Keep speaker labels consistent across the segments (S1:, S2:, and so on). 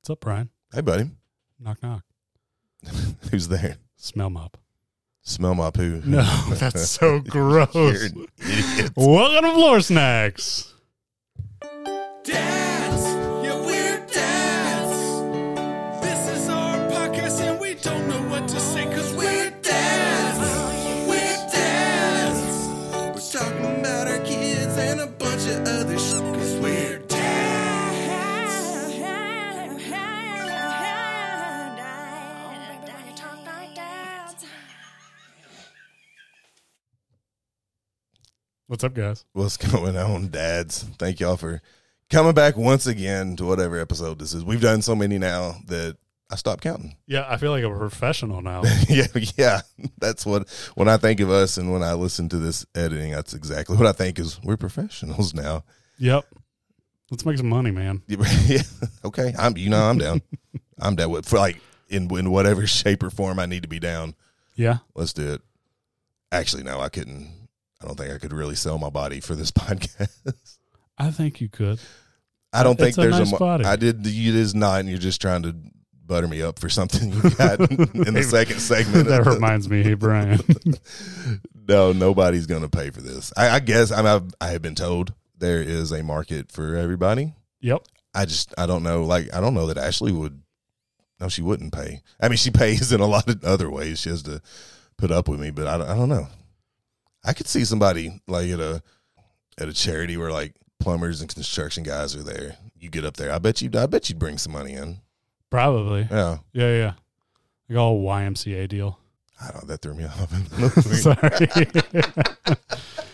S1: What's up, Brian?
S2: Hey, buddy.
S1: Knock, knock.
S2: Who's there?
S1: Smell mop.
S2: Smell my poo.
S1: No, that's so
S2: You're
S1: gross.
S2: an idiot.
S1: Welcome to Floor Snacks.
S3: Dads, yeah, we're dads. This is our podcast, and we don't know what to say because we're dads. We're dads. We're talking about our kids and a bunch of other shit because we're dads.
S1: What's up, guys?
S2: What's going on, dads? Thank y'all for coming back once again to whatever episode this is. We've done so many now that I stopped counting.
S1: Yeah, I feel like a professional now.
S2: yeah, yeah. That's what when I think of us and when I listen to this editing, that's exactly what I think is we're professionals now.
S1: yep. Let's make some money, man.
S2: Yeah. Okay. I'm you know, I'm down. I'm down with for like in in whatever shape or form I need to be down.
S1: Yeah.
S2: Let's do it. Actually, no, I couldn't I don't think I could really sell my body for this podcast.
S1: I think you could.
S2: I don't think
S1: It's a
S2: there's
S1: nice
S2: a mo-
S1: body.
S2: I did it is not and you're just trying to butter me up for something you got in the second segment.
S1: that
S2: of the-
S1: reminds me, hey Brian.
S2: no, nobody's going to pay for this. I, I guess I'm, I've, I have been told there is a market for everybody.
S1: yep.
S2: I just, I don't know. Like, I don't know that Ashley would. No, she wouldn't pay. I mean, she pays in a lot of other ways. She has to put up with me, but I, don't- I don't know. I could see somebody like at a at a charity where like plumbers and construction guys are there. You get up there. I bet you. I bet you'd bring some money in.
S1: Probably.
S2: Yeah.
S1: Yeah, yeah. Like all YMCA deal.
S2: I don't. That threw me off.
S1: Sorry.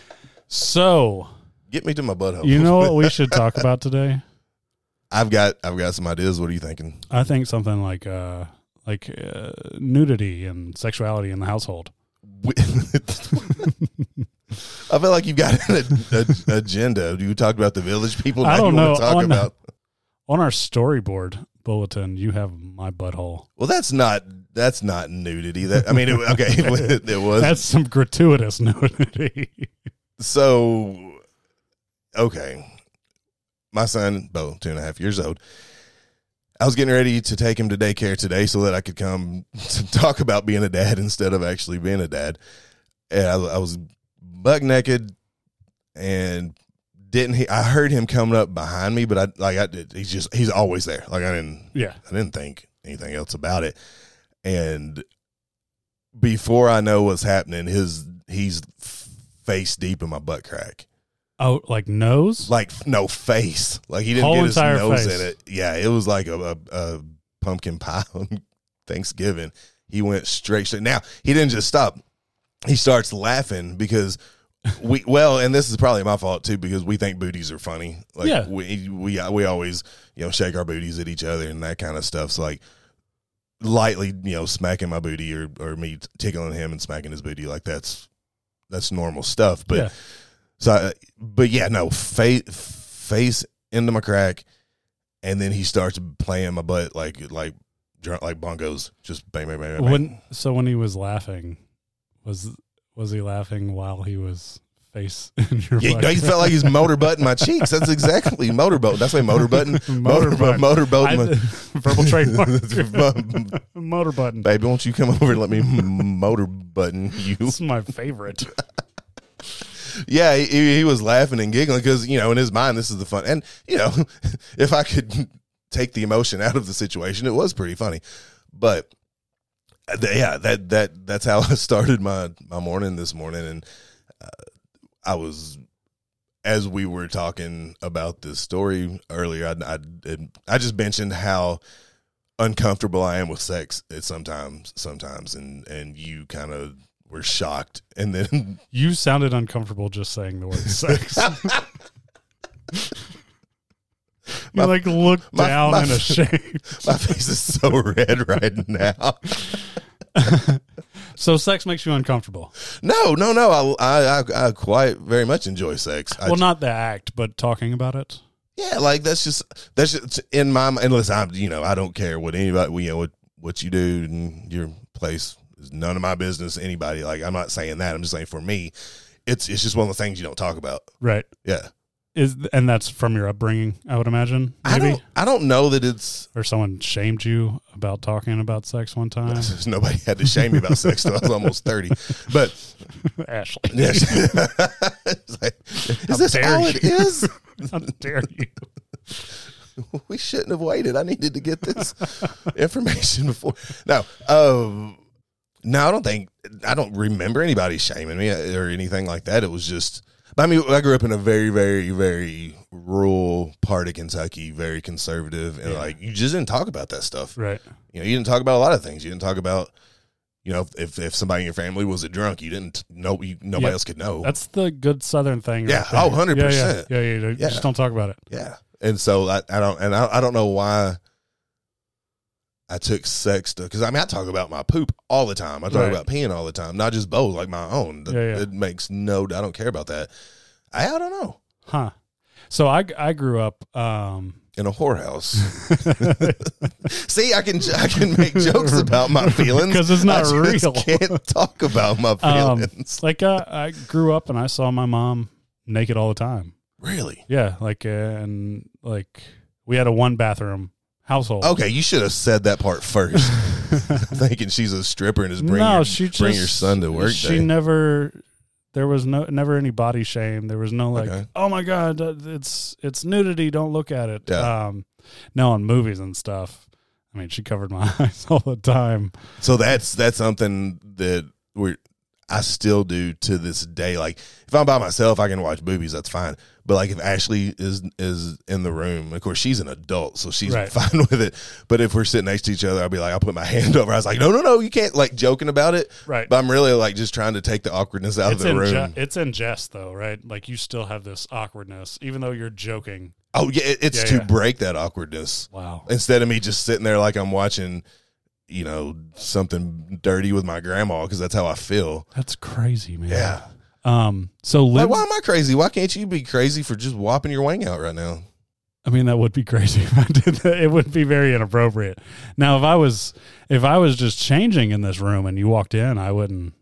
S1: so
S2: Get me to my butthole.
S1: you know what we should talk about today?
S2: I've got. I've got some ideas. What are you thinking?
S1: I think something like uh like uh, nudity and sexuality in the household.
S2: We- I feel like you've got an ag- ag- agenda. You talked about the village people.
S1: I
S2: now
S1: don't
S2: you wanna
S1: know.
S2: Talk
S1: On-
S2: about
S1: On our storyboard bulletin, you have my butthole.
S2: well, that's not that's not nudity. That I mean, it, okay, it, was
S1: That's some gratuitous nudity.
S2: so okay. My son, Bo, two and a half years old. I was getting ready to take him to daycare today so that I could come to talk about being a dad instead of actually being a dad. And I, I was buck naked and didn't he? I heard him coming up behind me, but I like I did. He's just he's always there. Like I didn't
S1: yeah.
S2: I didn't think anything else about it. And before I know what's happening, his he's f- face deep in my butt crack.
S1: Oh, like nose?
S2: Like no face. Like he didn't
S1: Whole
S2: get his
S1: entire
S2: nose
S1: face.
S2: in it. Yeah, it was like a, a, a pumpkin pie on Thanksgiving. He went straight straight. Now he didn't just stop. He starts laughing because we well, and this is probably my fault too because we think booties are funny. Like
S1: Yeah.
S2: we we we always you know shake our booties at each other and that kind of stuff. So like lightly you know smacking my booty or or me tickling him and smacking his booty like that's that's normal stuff. But
S1: Yeah.
S2: so I, but yeah no face face into my crack and then he starts playing my butt like like dr- like bongos just bang bang bang bang. bang.
S1: when so when he was laughing, was was he laughing while he was face in your
S2: Yeah,
S1: butt?
S2: he felt like he's motorbutting my cheeks. That's exactly motorbutting. That's why motorbutting. Motor,
S1: Motorbutt. I-
S2: motorboating. my-
S1: verbal trademark.
S2: Mo-
S1: Motor button.
S2: Baby, won't you come over and let me motorbutton you?
S1: This is my favorite.
S2: Yeah, he, he was laughing and giggling because you know in his mind this is the fun. And you know, if I could take the emotion out of the situation, it was pretty funny. But uh, th- yeah, that that that's how I started my my morning this morning, and uh, I was as we were talking about this story earlier, I I, I just mentioned how uncomfortable I am with sex at sometimes sometimes, and and you kind of were shocked, and then
S1: You sounded uncomfortable just saying the word sex. you
S2: My-
S1: like looked
S2: my-
S1: down
S2: my-
S1: in ashamed.
S2: My face is so red right now.
S1: So sex makes you uncomfortable.
S2: No, no, no. I, I, I quite very much enjoy sex. I,
S1: well, not the act, but talking about it.
S2: yeah, like that's just that's just in my mind. Unless I'm, you know, I don't care what anybody, you know, what what you do in your place is none of my business. to Anybody, like I'm not saying that. I'm just saying for me, it's it's just one of the things you don't talk about.
S1: Right.
S2: Yeah,
S1: is and that's from your upbringing, I would imagine.
S2: I
S1: Maybe
S2: don't. I don't know that it's.
S1: or someone shamed you about talking about sex one time.
S2: Nobody had to shame me about sex till I was almost thirty, but
S1: Ashley,
S2: yes. It's like,
S1: How
S2: is this
S1: dare
S2: all it
S1: you."
S2: is?
S1: how dare you?
S2: we shouldn't have waited. I needed to get this information before. No, um, no, I don't think I don't remember anybody shaming me or anything like that. It was just. I mean, I grew up in a very, very, very rural part of Kentucky, very conservative, and
S1: Yeah.
S2: like you just didn't talk about that stuff.
S1: Right.
S2: You know, you didn't talk about a lot of things. You didn't talk about, you know, if if somebody in your family was a drunk, you didn't know. You, nobody
S1: Yeah.
S2: else could know.
S1: That's the good Southern thing.
S2: Yeah.
S1: right there.
S2: Oh, 100%.
S1: Yeah, yeah, yeah, yeah.
S2: Yeah.
S1: Just don't talk about it.
S2: Yeah. And so I, I don't, and I, I don't know why I took sex to, cause I mean, I talk about my poop all the time. I talk
S1: Right.
S2: about peeing all the time, not just both, like my own. That-
S1: Yeah, yeah.
S2: It makes no, I don't care about that. I, I don't know.
S1: Huh. So I I grew up um
S2: In a whorehouse. See, I can, I can make jokes about my feelings
S1: 'Cause it's not
S2: I just
S1: real.
S2: Can't talk about my
S1: um
S2: feelings.
S1: like uh, I grew up and I saw my mom naked all the time.
S2: really?
S1: Yeah, like uh, and like we had a one bathroom household.
S2: Okay, you should have said that part first. Thinking she's a stripper and just bring
S1: no,
S2: your,
S1: she just
S2: bring your son to work.
S1: She
S2: day.
S1: never. There was no never any body shame. There was no like,
S2: Okay.
S1: oh my god, uh, it's it's nudity. Don't look at it.
S2: Yeah.
S1: Um, no, in movies and stuff. I mean, she covered my eyes all the time.
S2: So that's that's something that we I still do to this day. Like if I'm by myself, I can watch movies. That's fine. But like if Ashley is is in the room, of course she's an adult, so she's
S1: Right.
S2: fine with it. But if we're sitting next to each other, I'll be like, I'll put my hand over. I was like, no, no, no, you can't. Like joking about it,
S1: Right.
S2: but I'm really like just trying to take the awkwardness out
S1: it's
S2: of the
S1: in
S2: room.
S1: je- it's in jest though, right? Like you still have this awkwardness, even though you're joking.
S2: oh yeah, it- it's
S1: Yeah,
S2: to
S1: yeah.
S2: break that awkwardness
S1: Wow.
S2: instead of me just sitting there like I'm watching. You know something dirty with my grandma because that's how I feel.
S1: That's crazy, man.
S2: Yeah,
S1: Um. So
S2: Like,
S1: Lindsay,
S2: why am I crazy? Why can't you be crazy for just whopping your wing out right now?
S1: I mean, that would be crazy if I did that. It would be very inappropriate. Now, if I was if I was just changing in this room and you walked in, I wouldn't.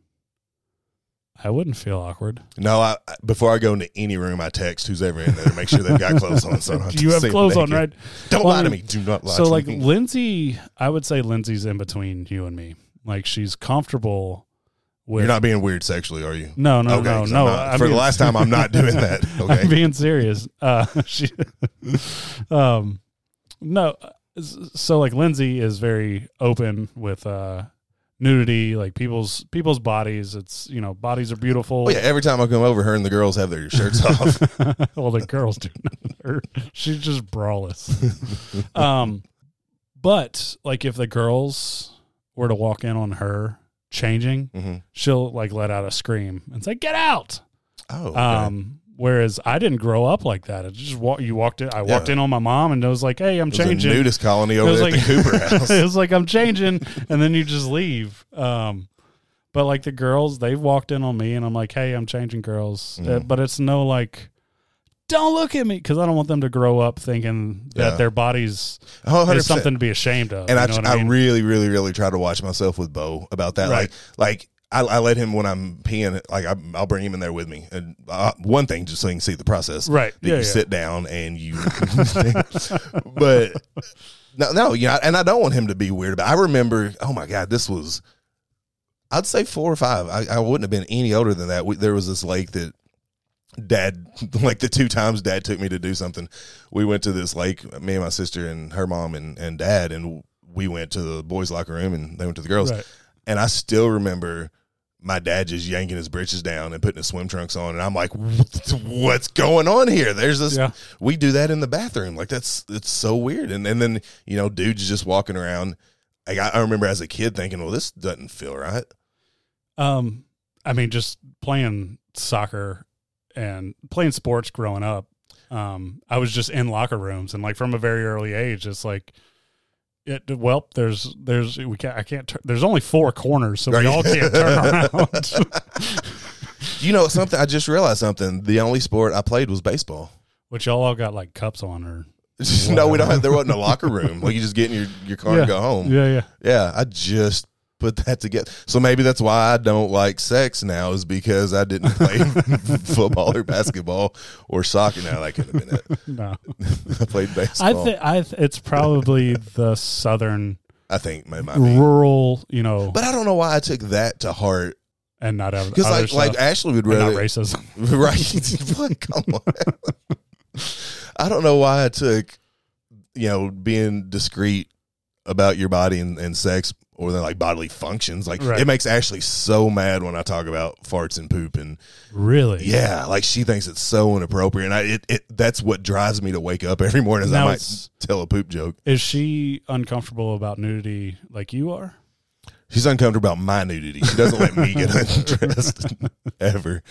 S1: I wouldn't feel awkward.
S2: No, I I- before I go into any room, I text who's ever in there to make sure they've got clothes on. So I don't
S1: Do you have
S2: see them
S1: clothes on,
S2: naked.
S1: right?
S2: Don't
S1: Well,
S2: lie
S1: I
S2: to me.
S1: mean,
S2: Do not lie.
S1: So,
S2: to
S1: like
S2: me.
S1: Lindsay, I would say Lindsay's in between you and me. Like she's comfortable with.
S2: you're not being weird sexually, are you?
S1: no, no,
S2: Okay,
S1: no,
S2: 'cause
S1: no.
S2: I'm not-
S1: I
S2: for the
S1: mean-
S2: last time, I'm not doing that. Okay.
S1: I'm being serious. Uh, she, um, no. uh, s- So like Lindsay is very open with uh, nudity, like people's people's bodies. It's you know bodies are beautiful.
S2: Well, Oh, yeah. Every time I come over, her and the girls have their shirts off.
S1: well, the girls do not. Her- She's just brawless. um, but like if the girls were to walk in on her changing,
S2: Mhm.
S1: she'll like let out a scream and say, "Get out!"
S2: Oh, okay.
S1: Um, whereas I didn't grow up like that. It just walk, you walked in. I walked
S2: Yeah.
S1: in on my mom and I was like, "Hey, I'm
S2: There's
S1: changing."
S2: a nudist colony
S1: it
S2: over
S1: was
S2: there
S1: like
S2: at the Cooper House.
S1: it was like I'm changing, and then you just leave. Um, but like the girls, they've walked in on me, and I'm like, "Hey, I'm changing, girls." Uh,
S2: Mhm.
S1: but it's no like. Don't look at me because I don't want them to grow up thinking that
S2: Yeah.
S1: their bodies
S2: Oh, 100%.
S1: is something to be ashamed of.
S2: and
S1: you
S2: I,
S1: know what
S2: I,
S1: I mean?
S2: really, really, really try to watch myself with Bo about that.
S1: Right.
S2: Like, like I, I let him when I'm peeing. Like, I, I'll bring him in there with me. And uh, one thing, just so you can see the process.
S1: right?
S2: That
S1: Yeah,
S2: you
S1: yeah.
S2: sit down and you, but no, no, you know, and I don't want him to be weird about. I remember, oh my god, this was, I'd say four or five. I, I wouldn't have been any older than that. We, there was this lake that dad like the two times dad took me to do something we went to this lake me and my sister and her mom and, and dad and we went to the boys locker room and they went to the girls
S1: Right.
S2: and i still remember my dad just yanking his britches down and putting his swim trunks on and i'm like "What- what's going on here there's this
S1: Yeah.
S2: we do that in the bathroom like that's it's so weird and and then you know dudes just walking around like I, I remember as a kid thinking well this doesn't feel right
S1: Um, I mean, just playing soccer and playing sports growing up. Um, I was just in locker rooms and like from a very early age, it's like, it, well, there's, there's, we can't, I can't, tur- there's only four corners, so
S2: Right.
S1: we all can't turn around.
S2: you know something i just realized something the only sport i played was baseball
S1: Which y'all all got like cups on or,
S2: no, we don't. Have, there wasn't a locker room. Like you just get in your, your car
S1: Yeah.
S2: and go home. Yeah.
S1: yeah, yeah.
S2: I just put that together. So maybe that's why I don't like sex now is because I didn't play football or basketball or soccer. Now that could have been it.
S1: No,
S2: I played
S1: I
S2: baseball. I,
S1: think I. Th- it's probably the southern
S2: think it might be.
S1: rural, you know,
S2: But I don't know why I took that to heart
S1: and not have
S2: because like like Ashley would
S1: not
S2: rather
S1: racism.
S2: right. What? Come on. I don't know why I took you know being discreet about your body and, and sex or then like bodily functions. Like
S1: Right.
S2: it makes Ashley so mad when I talk about farts and poop and
S1: Really?
S2: yeah, like she thinks it's so inappropriate. And I it, it that's what drives me to wake up every morning is
S1: Now
S2: I might
S1: it's-
S2: tell a poop joke.
S1: Is she uncomfortable about nudity like you are?
S2: She's uncomfortable about my nudity. She doesn't let me get undressed ever.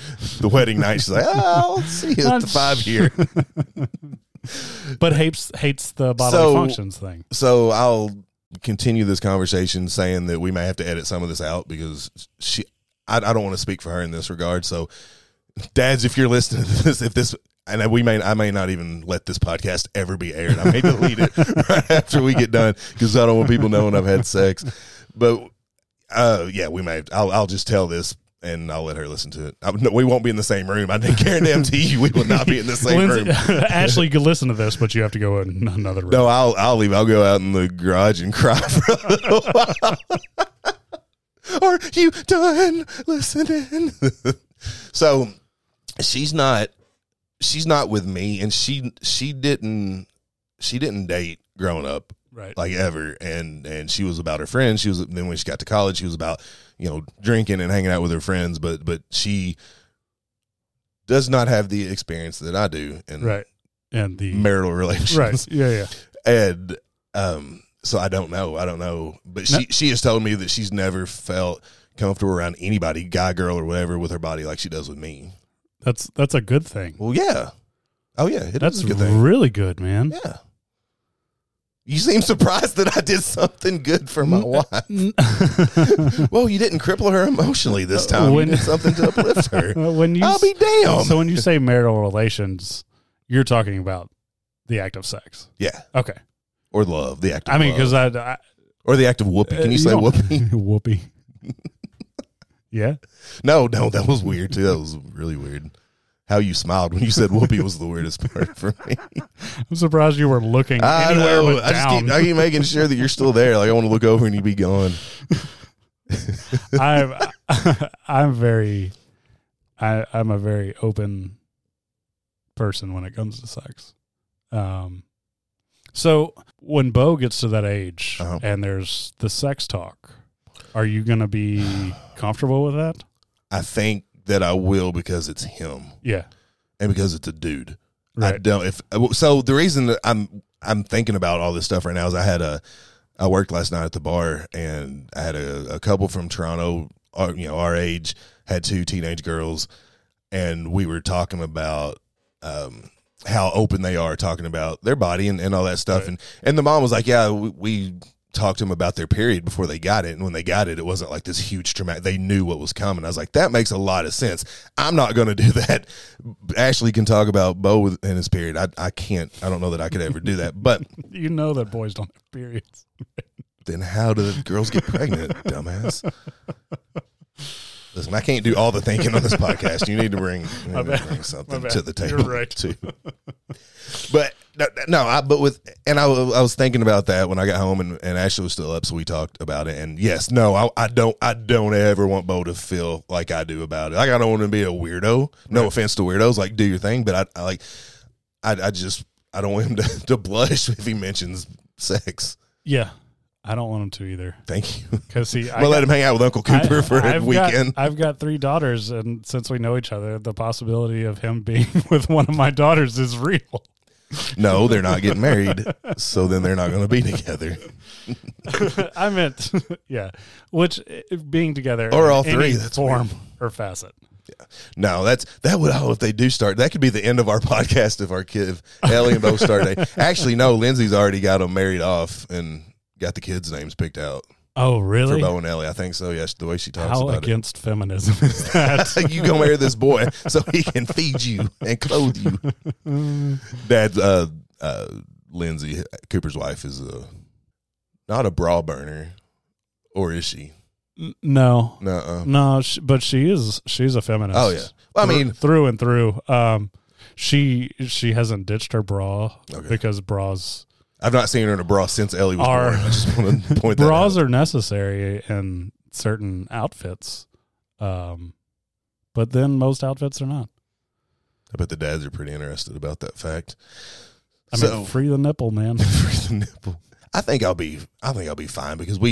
S2: The wedding night, she's like, "Oh, I'll see you at the five here."
S1: But hates hates the bodily
S2: So-
S1: functions thing.
S2: so I'll continue this conversation saying that we may have to edit some of this out because she, I, I don't want to speak for her in this regard. So, dads, if you're listening to this, if this, and we may, I may not even let this podcast ever be aired. I may delete it right after we get done because I don't want people knowing I've had sex. But, uh, yeah, we may. I'll, I'll just tell this. And I'll let her listen to it. I, no, we won't be in the same room. I guarantee you, we will not be in the same
S1: Lindsay-
S2: room.
S1: Ashley could listen to this, but you have to go in another room.
S2: No, I'll I'll leave. I'll go out in the garage and cry for a little while. Are you done listening? so she's not she's not with me and she she didn't she didn't date growing up
S1: Right.
S2: like ever and and she was about her friends she was then when she got to college she was about you know drinking and hanging out with her friends but but she does not have the experience that I do in
S1: right. And the
S2: marital relations
S1: right. Yeah. Yeah.
S2: and um so i don't know i don't know but she
S1: No.
S2: she has told me that she's never felt comfortable around anybody guy girl or whatever with her body like she does with me
S1: That's that's a good thing.
S2: well yeah oh yeah it is
S1: That's
S2: a good thing
S1: really good, man.
S2: yeah you seem surprised that i did something good for my wife well you didn't cripple her emotionally this time
S1: Uh, When-
S2: you did something to uplift her
S1: when you
S2: i'll be damned
S1: so when you say marital relations, you're talking about the act of sex.
S2: yeah
S1: Okay.
S2: or love the act of
S1: I mean,
S2: love.
S1: because I, I uh,
S2: or the act of whoopee can you,
S1: you
S2: say
S1: don't-
S2: whoopee
S1: whoopee. yeah.
S2: No, no, that was weird too. That was really weird. How you smiled when you said whoopee was the weirdest part for me.
S1: I'm surprised you were looking
S2: I
S1: anywhere
S2: know.
S1: but
S2: I just
S1: down.
S2: keep, I keep making sure that you're still there. Like I want to look over and you be gone.
S1: I'm I'm very I I'm a very open person when it comes to sex. Um so when Bo gets to that age
S2: Uh-huh.
S1: and there's the sex talk, are you going to be comfortable with that?
S2: I think that I will because it's him
S1: Yeah.
S2: and because it's a dude. I
S1: Right.
S2: don't. If so, the reason that I'm I'm thinking about all this stuff right now is I had a I worked last night at the bar and I had a, a couple from Toronto, our, you know, our age, had two teenage girls, and we were talking about um, how open they are, talking about their body and, and all that stuff,
S1: Right.
S2: and and the mom was like, yeah, we. we talked to them about their period before they got it and when they got it it wasn't like this huge traumatic they knew what was coming i was like that makes a lot of sense i'm not going to do that ashley can talk about bo with- and his period I, I can't i don't know that i could ever do that but
S1: you know that boys don't have periods.
S2: then how do the girls get pregnant, dumbass? Listen, I can't do all the thinking on this podcast. You need to bring, you need to
S1: bad.
S2: bring
S1: My
S2: something
S1: bad.
S2: to the table.
S1: You're right.
S2: Too. But no, no, I but with and I, wa- I was thinking about that when I got home and, and Ashley was still up, so we talked about it. And yes, no, I, I don't I don't ever want Bo to feel like I do about it. Like I don't want to be a weirdo. No offense to weirdos, like do your thing, but I, I like I, I just I don't want him to, to blush if he mentions sex.
S1: Yeah. I don't want them to either.
S2: Thank you.
S1: Cuz see I
S2: I'm gonna
S1: got-
S2: let him hang out with Uncle Cooper for a
S1: I've
S2: weekend.
S1: Got, I've got three daughters, and since we know each other, the possibility of him being with one of my daughters is real.
S2: no, they're not getting married, so then they're not going to be together.
S1: I meant, yeah, which eh, being together
S2: Or
S1: in
S2: all three,
S1: any
S2: that's
S1: form or facet.
S2: No, that's that would oh if they do start that could be the end of our podcast if our kid if Ellie and Bo start dating. Actually, no, Lindsay's already got them married off and got the kids' names picked out
S1: Oh,
S2: for
S1: really?
S2: Bo and Ellie. I think so. Yes, the way she talks
S1: How
S2: about
S1: against feminism is that?
S2: it. you go marry this boy so he can feed you and clothe you. Dad, uh, uh, Lindsay Cooper's wife is a not a bra burner, or is she?
S1: N- No,
S2: No.
S1: no, sh but she is she's a feminist.
S2: Oh yeah. Well, I
S1: Thro-
S2: mean,
S1: through and through. Um, she she hasn't ditched her bra
S2: Okay.
S1: because bras
S2: I've not seen her in a bra since Ellie was
S1: Our-
S2: born. I just want to point that
S1: bras
S2: out.
S1: are necessary in certain outfits, um, but then most outfits are not.
S2: I bet the dads are pretty interested about that fact.
S1: I
S2: So-
S1: mean, free the nipple, man.
S2: for the nipple. I think I'll be. I think I'll be fine because we,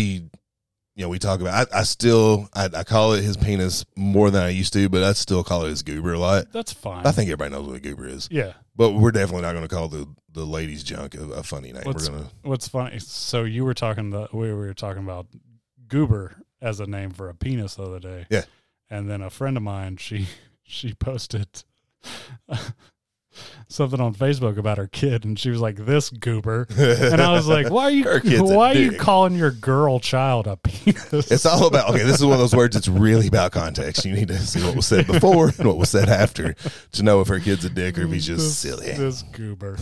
S2: you know, we talk about. I, I still. I, I call it his penis more than I used to, but I still call it his goober a lot.
S1: That's fine.
S2: I think everybody knows what a goober is,
S1: Yeah.
S2: but we're definitely not going to call the the ladies' junk a, a funny name.
S1: Let's-
S2: we're gonna.
S1: What's funny? So you were talking the we were talking about goober as a name for a penis the other day.
S2: Yeah.
S1: And then a friend of mine, she she posted something on Facebook about her kid, and she was like, "This goober," and I was like, "Why are you
S2: Her kid's a
S1: why are you
S2: dick.
S1: calling your girl child a penis?"
S2: It's all about okay. This is one of those words. It's really about context. You need to see what was said before and what was said after to know if her kid's a dick or if he's just
S1: This-
S2: silly.
S1: This goober.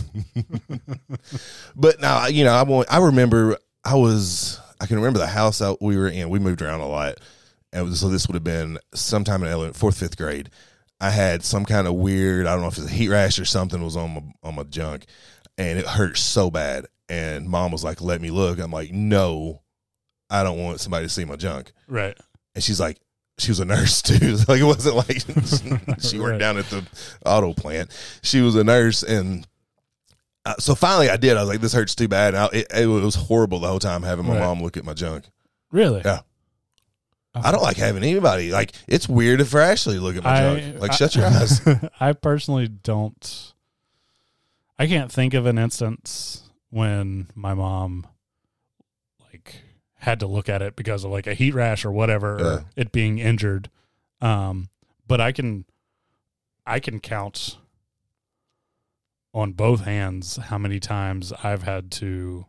S2: But now, you know, I want, I remember I was I can remember the house out we were in. We moved around a lot, and it was- so this would have been sometime in ele- fourth fifth grade. I had some kind of weird I don't know if it was a heat rash or something was on my on my junk, and it hurt so bad. And mom was like, "Let me look." I'm like, "No, I don't want somebody to see my junk."
S1: Right.
S2: And she's like, she was a nurse too. like it wasn't like she worked
S1: Right.
S2: down at the auto plant. She was a nurse, and uh, so finally I did. I was like, this hurts too bad. And I, it, it was horrible the whole time having my
S1: Right.
S2: mom look at my junk.
S1: Really. Uh-huh.
S2: Yeah. I don't like having anybody like it's weird if Ashley look at my junk. Like shut your eyes.
S1: I personally don't. I can't think of an instance when my mom like had to look at it because of like a heat rash or whatever,
S2: Yeah.
S1: or it being injured. Um, but I can, I can count on both hands how many times I've had to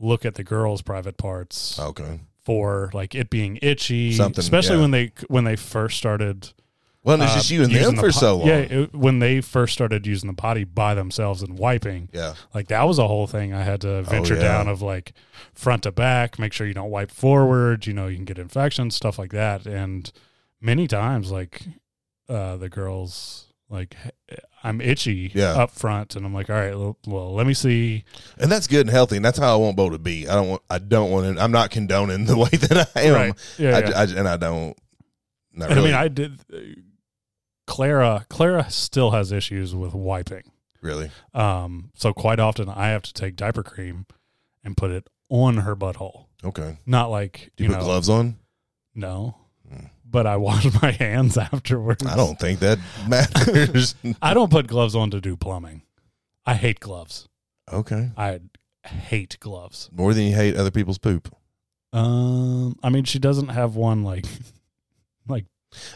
S1: look at the girls' private parts
S2: Okay.
S1: for like it being itchy,
S2: Something,
S1: especially
S2: yeah.
S1: when they when they first started
S2: Well, it's
S1: uh,
S2: just you and them
S1: using the
S2: for
S1: po-
S2: so long.
S1: Yeah,
S2: Yeah.
S1: it, when they first started using the potty by themselves and wiping, like that was a whole thing I had to venture
S2: Oh, yeah.
S1: down of like front to back, make sure you don't wipe forward, you know, you can get infections, stuff like that. And many times, like uh, the girls, like I'm itchy
S2: Yeah.
S1: up front, and I'm like, all right, well, well, let me see.
S2: And that's good and healthy, and that's how I want Bo to be. I don't want. I don't want. To, I'm not condoning the way that I am.
S1: Right. Yeah,
S2: I,
S1: yeah.
S2: I- and I don't. Not
S1: and
S2: really.
S1: I mean, I did. Clara, Clara still has issues with wiping.
S2: really.
S1: Um, so quite often I have to take diaper cream and put it on her butthole.
S2: Okay.
S1: Not like
S2: Do
S1: you,
S2: you, put
S1: know,
S2: gloves on?
S1: no.
S2: Mm.
S1: But I wash my hands afterwards.
S2: I don't think that matters.
S1: I don't put gloves on to do plumbing. I hate gloves.
S2: okay.
S1: I hate gloves.
S2: More than you hate other people's poop.
S1: Um, I mean, she doesn't have one like like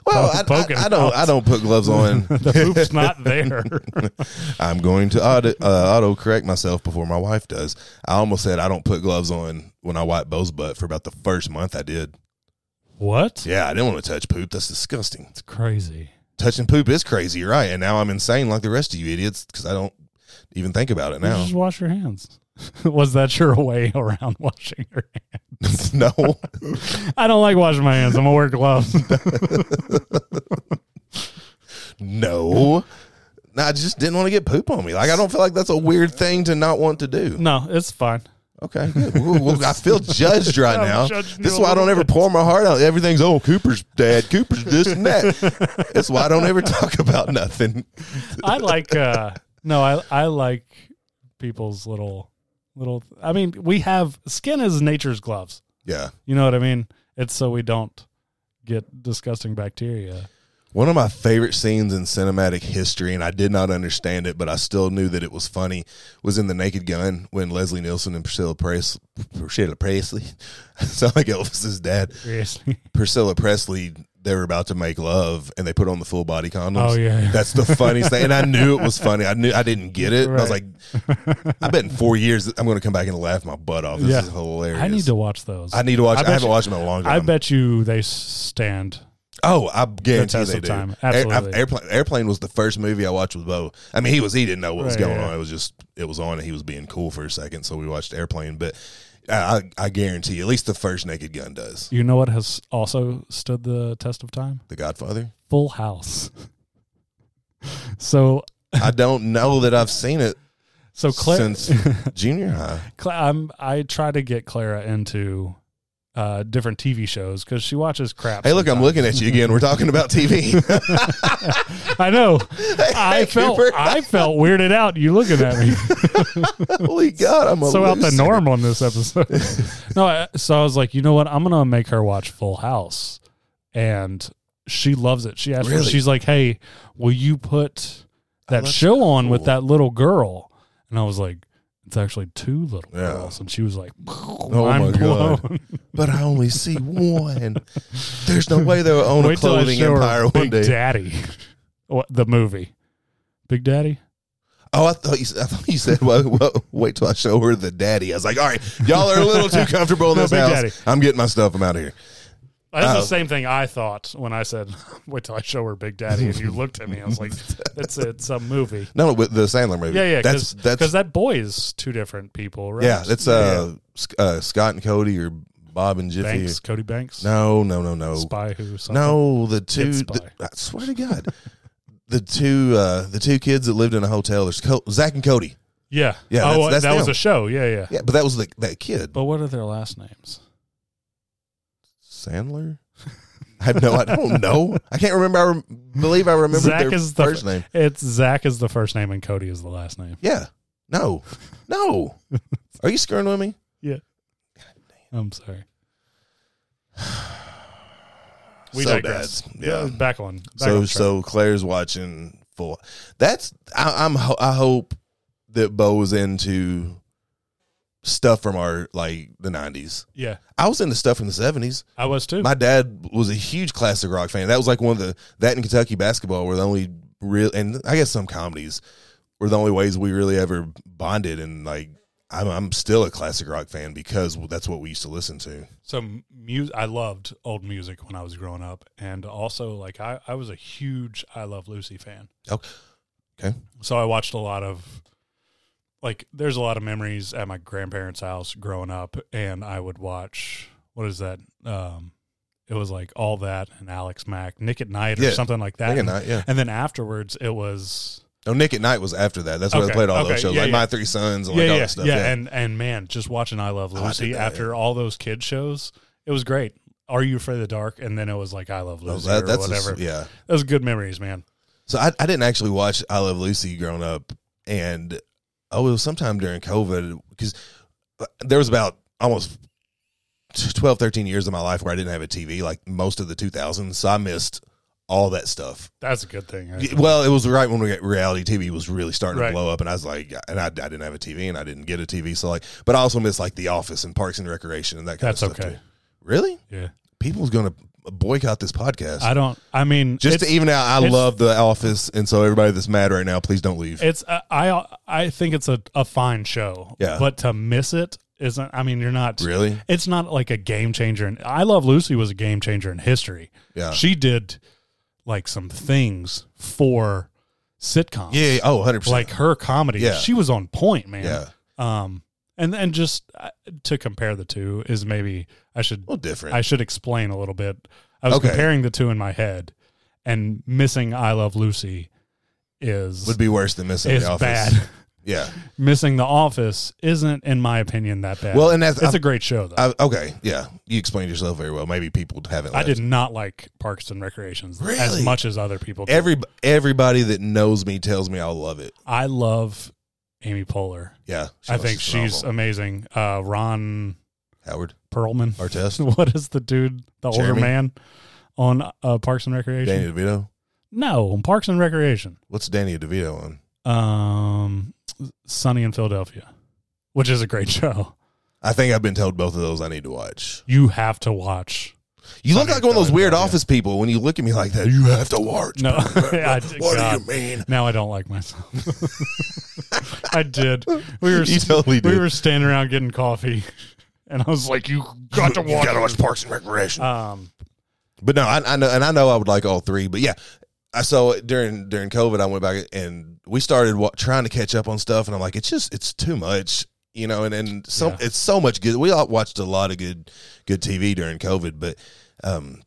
S2: Well,
S1: Poke-
S2: I,
S1: poking
S2: I, I don't.
S1: out.
S2: I don't put gloves on.
S1: the poop's not there.
S2: I'm going to auto, uh, auto correct myself before my wife does. I almost said I don't put gloves on when I wipe Bo's butt for about the first month. I did.
S1: what?
S2: Yeah, I didn't want to touch poop. That's disgusting.
S1: It's crazy.
S2: Touching poop is crazy, you're right? And now I'm insane like the rest of you idiots because I don't even think about it
S1: You
S2: now.
S1: Just wash your hands. Was that your way around washing your hands?
S2: no,
S1: I don't like washing my hands. I'm gonna wear gloves.
S2: no. No, I just didn't want to get poop on me. Like I don't feel like that's a weird thing to not want to do.
S1: no, it's fine.
S2: Okay, good. Well, well, I feel judged right
S1: I'm
S2: now.
S1: judging
S2: This
S1: you
S2: is
S1: a
S2: why I don't
S1: little
S2: ever pour my heart out. Everything's oh Cooper's dad, Cooper's this and that. That's why I don't ever talk about nothing.
S1: I like uh no, I I like people's little little I mean, we have skin is nature's gloves.
S2: Yeah,
S1: You know what I mean? It's so we don't get disgusting bacteria.
S2: one of my favorite scenes in cinematic history, and I did not understand it, but I still knew that it was funny. Was in the Naked Gun when Leslie Nielsen and Priscilla Presley, Priscilla Presley, sound like Elvis's dad.
S1: Seriously.
S2: Priscilla Presley, they were about to make love and they put on the full body condoms.
S1: Oh, yeah.
S2: That's the funniest thing. And I knew it was funny. I knew I didn't get it. I was like,
S1: Right.
S2: I bet in four years I'm going to come back and laugh my butt off. This
S1: Yeah.
S2: is hilarious.
S1: I need to watch those.
S2: I need to watch.
S1: I
S2: I,
S1: bet
S2: haven't
S1: you-
S2: watched them in a long
S1: I
S2: time.
S1: bet you they s- stand.
S2: Oh, I guarantee
S1: test
S2: they
S1: of
S2: do.
S1: time.
S2: Air- I've-
S1: Absolutely.
S2: airplane, airplane was the first movie I watched with Bo. I mean, he was he didn't know what was
S1: Right,
S2: going
S1: yeah.
S2: on. It was just it was on, and he was being cool for a second, so we watched Airplane. But I, I guarantee, at least the first Naked Gun does.
S1: You know what has also stood the test of time?
S2: The Godfather.
S1: Full House. so
S2: I don't know that I've seen it
S1: so Claire,
S2: since junior high.
S1: Cla- I'm, I try to get Clara into uh, different TV shows because she watches crap.
S2: Hey, look, I'm looking at you again. We're talking about TV.
S1: I know. I felt
S2: Cooper.
S1: I felt weirded out. You looking at me?
S2: Holy God, I'm a
S1: so out the
S2: loser.
S1: norm on this episode. no, I, so I was like, you know what? I'm gonna make her watch Full House, and she loves it. She asked,
S2: Really? Oh,
S1: me, she's like, hey, will you put that
S2: that's
S1: show on with
S2: cool.
S1: that little girl? And I was like, it's actually two little
S2: Yeah.
S1: girls, and she was like,
S2: Oh
S1: mind
S2: my
S1: blown.
S2: God. But I only see one. There's no way they'll own a
S1: Wait till I
S2: clothing
S1: show her
S2: empire one
S1: Big
S2: day.
S1: Daddy, what the movie? Big Daddy.
S2: Oh, I thought you, s- I thought you said, well, well, wait till I show her the daddy. I was like, all right, y'all are a little too comfortable in
S1: No,
S2: this
S1: Big
S2: house.
S1: Daddy.
S2: I'm getting my stuff. I'm out of here.
S1: That's
S2: Uh,
S1: the same thing I thought when I said, "Wait till I show her Big Daddy," and you looked at me. I was like, "That's it's a movie."
S2: No, with the Sandler movie.
S1: Yeah, yeah,
S2: That's,
S1: because
S2: that's,
S1: that boy is two different people, right?
S2: yeah, that's uh, S- uh, Scott and Cody or Bob and Jiffy.
S1: Banks, Cody Banks,
S2: No, no, no, no.
S1: Spy Who, something.
S2: No, the two.
S1: It's Spy.
S2: the- I swear to God, the two uh, the two kids that lived in a hotel. There's Co- Zach and Cody.
S1: yeah,
S2: Yeah,
S1: Oh,
S2: that's- that's
S1: that was
S2: them.
S1: a show. Yeah, yeah,
S2: Yeah, but that was the, that kid
S1: But what are their last names?
S2: Sandler. I have no. I don't know. I can't remember. I rem- believe I remember
S1: Zach
S2: their
S1: is the
S2: first name.
S1: It's Zach is the first name and Cody is the last name.
S2: Yeah. No. No. Are you screwing with me?
S1: I'm sorry. We
S2: So
S1: digress.
S2: bad. Yeah.
S1: back on. Back
S2: So
S1: on track.
S2: so Claire's watching full. That's I, I'm ho- I hope that Bo's into stuff from our like the 90s.
S1: yeah,
S2: I was into stuff from the 70s.
S1: I was too.
S2: My dad was a huge classic rock fan. That was like one of the that and Kentucky basketball were the only real and I guess some comedies were the only ways we really ever bonded and like I'm I'm still a classic rock fan because that's what we used to listen to.
S1: some music i loved old music when i was growing up and also like i, I was a huge i love lucy fan
S2: Oh, okay.
S1: so i watched a lot of like there's a lot of memories at my grandparents house growing up and i would watch what is that um it was like all that and alex mack nick at night or
S2: Yeah.
S1: something like that
S2: Nick at Night, yeah.
S1: and then afterwards it was
S2: No, Nick at Night was after that. That's where they
S1: Okay,
S2: played all
S1: okay,
S2: those shows,
S1: yeah,
S2: like
S1: yeah.
S2: My Three Sons and like
S1: yeah,
S2: all
S1: yeah,
S2: that stuff.
S1: yeah,
S2: Yeah, Oh,
S1: and and man, just watching I Love
S2: I did
S1: Lucy
S2: that,
S1: after all those kid shows, it was great. Are you afraid of the dark? And then it was like I Love
S2: Those-
S1: Lucy
S2: Oh, that-
S1: or
S2: that's a s-
S1: whatever.
S2: yeah.
S1: Those are good memories, man.
S2: So I, I didn't actually watch I Love Lucy growing up, and oh, it was sometime during COVID because there was about almost 12, 13 years of my life where I didn't have a TV, like most of the 2000s. So I missed all that stuff.
S1: That's a good thing.
S2: Y- Well, it was right when we got reality TV was really starting to
S1: Right.
S2: blow up, and I was like, and I, I didn't have a TV, and I didn't get a TV, so like, but I also missed like The Office and Parks and Recreation and that kind
S1: That's
S2: of stuff.
S1: okay.
S2: Too. Really,
S1: Yeah,
S2: people's going to boycott this podcast
S1: I don't. I mean,
S2: just
S1: it's,
S2: to even out. I
S1: it's-
S2: love The Office, and so everybody that's mad right now, please don't leave.
S1: it's uh, I I think it's a, a fine show.
S2: Yeah.
S1: but to miss it isn't. I mean, you're not.
S2: Really?
S1: It's not like a game changer. And I Love Lucy was a game changer in history.
S2: Yeah.
S1: she did like some things for sitcoms.
S2: Yeah. yeah, Oh, 100 percent.
S1: like her comedy.
S2: Yeah.
S1: She was on point, man.
S2: Yeah.
S1: Um, and and just uh, to compare the two is maybe I should
S2: well, different.
S1: I should explain a little bit. I was
S2: Okay.
S1: comparing the two in my head, and missing I Love Lucy is
S2: Would be worse than missing
S1: is
S2: The Office.
S1: bad.
S2: Yeah.
S1: missing The Office isn't, in my opinion, that bad.
S2: Well, and that's
S1: it's
S2: I-
S1: a great show though. I,
S2: I, okay. Yeah. You explained yourself very well. Maybe people haven't. Left.
S1: did not like Parks and Recreations
S2: Really?
S1: as much as other people. did.
S2: Every everybody that knows me tells me I'll love it.
S1: I love Amy Poehler.
S2: Yeah.
S1: I
S2: was
S1: think she's
S2: phenomenal.
S1: amazing. Uh, Ron
S2: Howard
S1: Perlman.
S2: Artest,
S1: What is the dude, the
S2: Jeremy?
S1: older man on uh, Parks and Recreation?
S2: Danny DeVito.
S1: No, Parks and Recreation.
S2: What's Danny DeVito on?
S1: Um, Sunny in Philadelphia, which is a great show.
S2: I think I've been told both of those I need to watch.
S1: You have to watch.
S2: You look
S1: Sunny
S2: like one of those weird
S1: Philadelphia.
S2: office people when you look at me like that. You have to watch.
S1: No, I,
S2: What
S1: God.
S2: do you mean?
S1: Now I don't like myself. I did. We were
S2: You totally
S1: we
S2: did.
S1: were standing around getting coffee, and I was like, "You got to
S2: You
S1: watch."
S2: gotta watch Parks and Recreation.
S1: Um,
S2: But no, I, I know, and I know I would like all three. But yeah, I saw during during COVID, I went back and we started wa- trying to catch up on stuff, and I'm like, it's just it's too much. you know, and and some
S1: Yeah.
S2: it's so much good. We all watched a lot of good good TV during COVID, but um,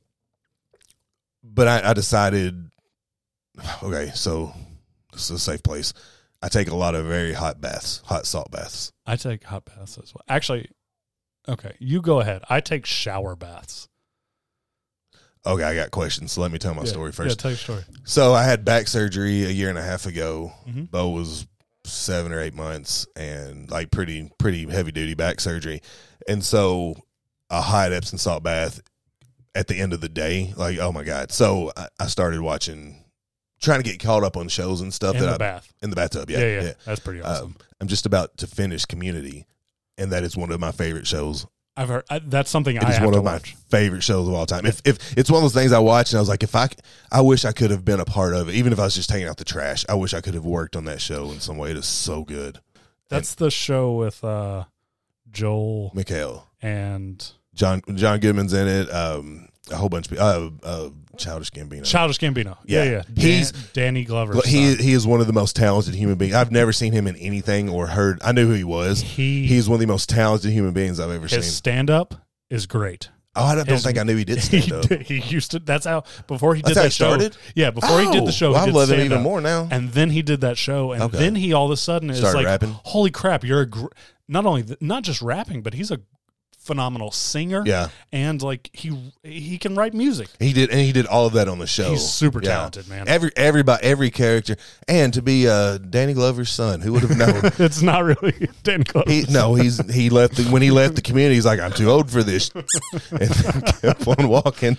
S2: but I, I decided, okay, so this is a safe place. I take a lot of very hot baths, hot salt baths.
S1: I take hot baths as well. Actually, okay, you go ahead. I take shower baths.
S2: Okay, I got questions, so let me tell my
S1: Yeah.
S2: story first.
S1: Yeah, tell your story.
S2: So I had back surgery a year and a half ago.
S1: Mhm.
S2: Bo was seven or eight months, and like pretty pretty heavy duty back surgery, and so a hot Epsom salt bath at the end of the day, like oh my god. So I, I started watching, trying to get caught up on shows and stuff
S1: In
S2: that
S1: the
S2: I,
S1: bath.
S2: in the bathtub.
S1: Yeah
S2: Yeah,
S1: yeah, That's pretty
S2: Um,
S1: awesome.
S2: I'm just about to finish Community, and that is one of my favorite shows
S1: I've heard I, that's something I
S2: it is
S1: have
S2: one
S1: to
S2: of
S1: watch.
S2: my favorite shows of all time. If if it's one of those things I watch and I was like, if I, c- I wish I could have been a part of it, even if I was just taking out the trash. I wish I could have worked on that show in some way. It is so good.
S1: That's the show with uh, Joel
S2: Mikhail,
S1: and
S2: John John Goodman's in it. Um, a whole bunch of people. Uh, uh, Childish Gambino.
S1: Childish Gambino. Yeah,
S2: Yeah.
S1: yeah.
S2: He's-
S1: Dan- Danny Glover.
S2: Look, he he is one of the most talented human beings. I've never seen him in anything or heard. I knew who he was.
S1: he,
S2: He's one of the most talented human beings I've ever
S1: his
S2: seen.
S1: stand up is great.
S2: Oh, I don't
S1: his-
S2: think I knew he did
S1: He,
S2: stand up.
S1: did- he used to. That's how before he did
S2: That's how
S1: that
S2: he
S1: show.
S2: started?
S1: Yeah, before he did
S2: Oh,
S1: the show,
S2: well,
S1: he
S2: I
S1: did
S2: love him even
S1: stand-up.
S2: more now.
S1: And then he did that show, and
S2: Okay.
S1: then he all of a sudden is
S2: Started
S1: like,
S2: rapping?
S1: "Holy crap! You're a gr- not only th- not just rapping, but he's a phenomenal singer.
S2: Yeah,
S1: and like he he can write music.
S2: he did, and he did all of that on the show.
S1: He's super
S2: Yeah.
S1: talented, man.
S2: Every everybody, every character, and to be uh, Danny Glover's son, who would have known?
S1: it's not really Dan Glover.
S2: He, no, he's he left the, when he left the community. He's like, I'm too old for this, and then kept on walking.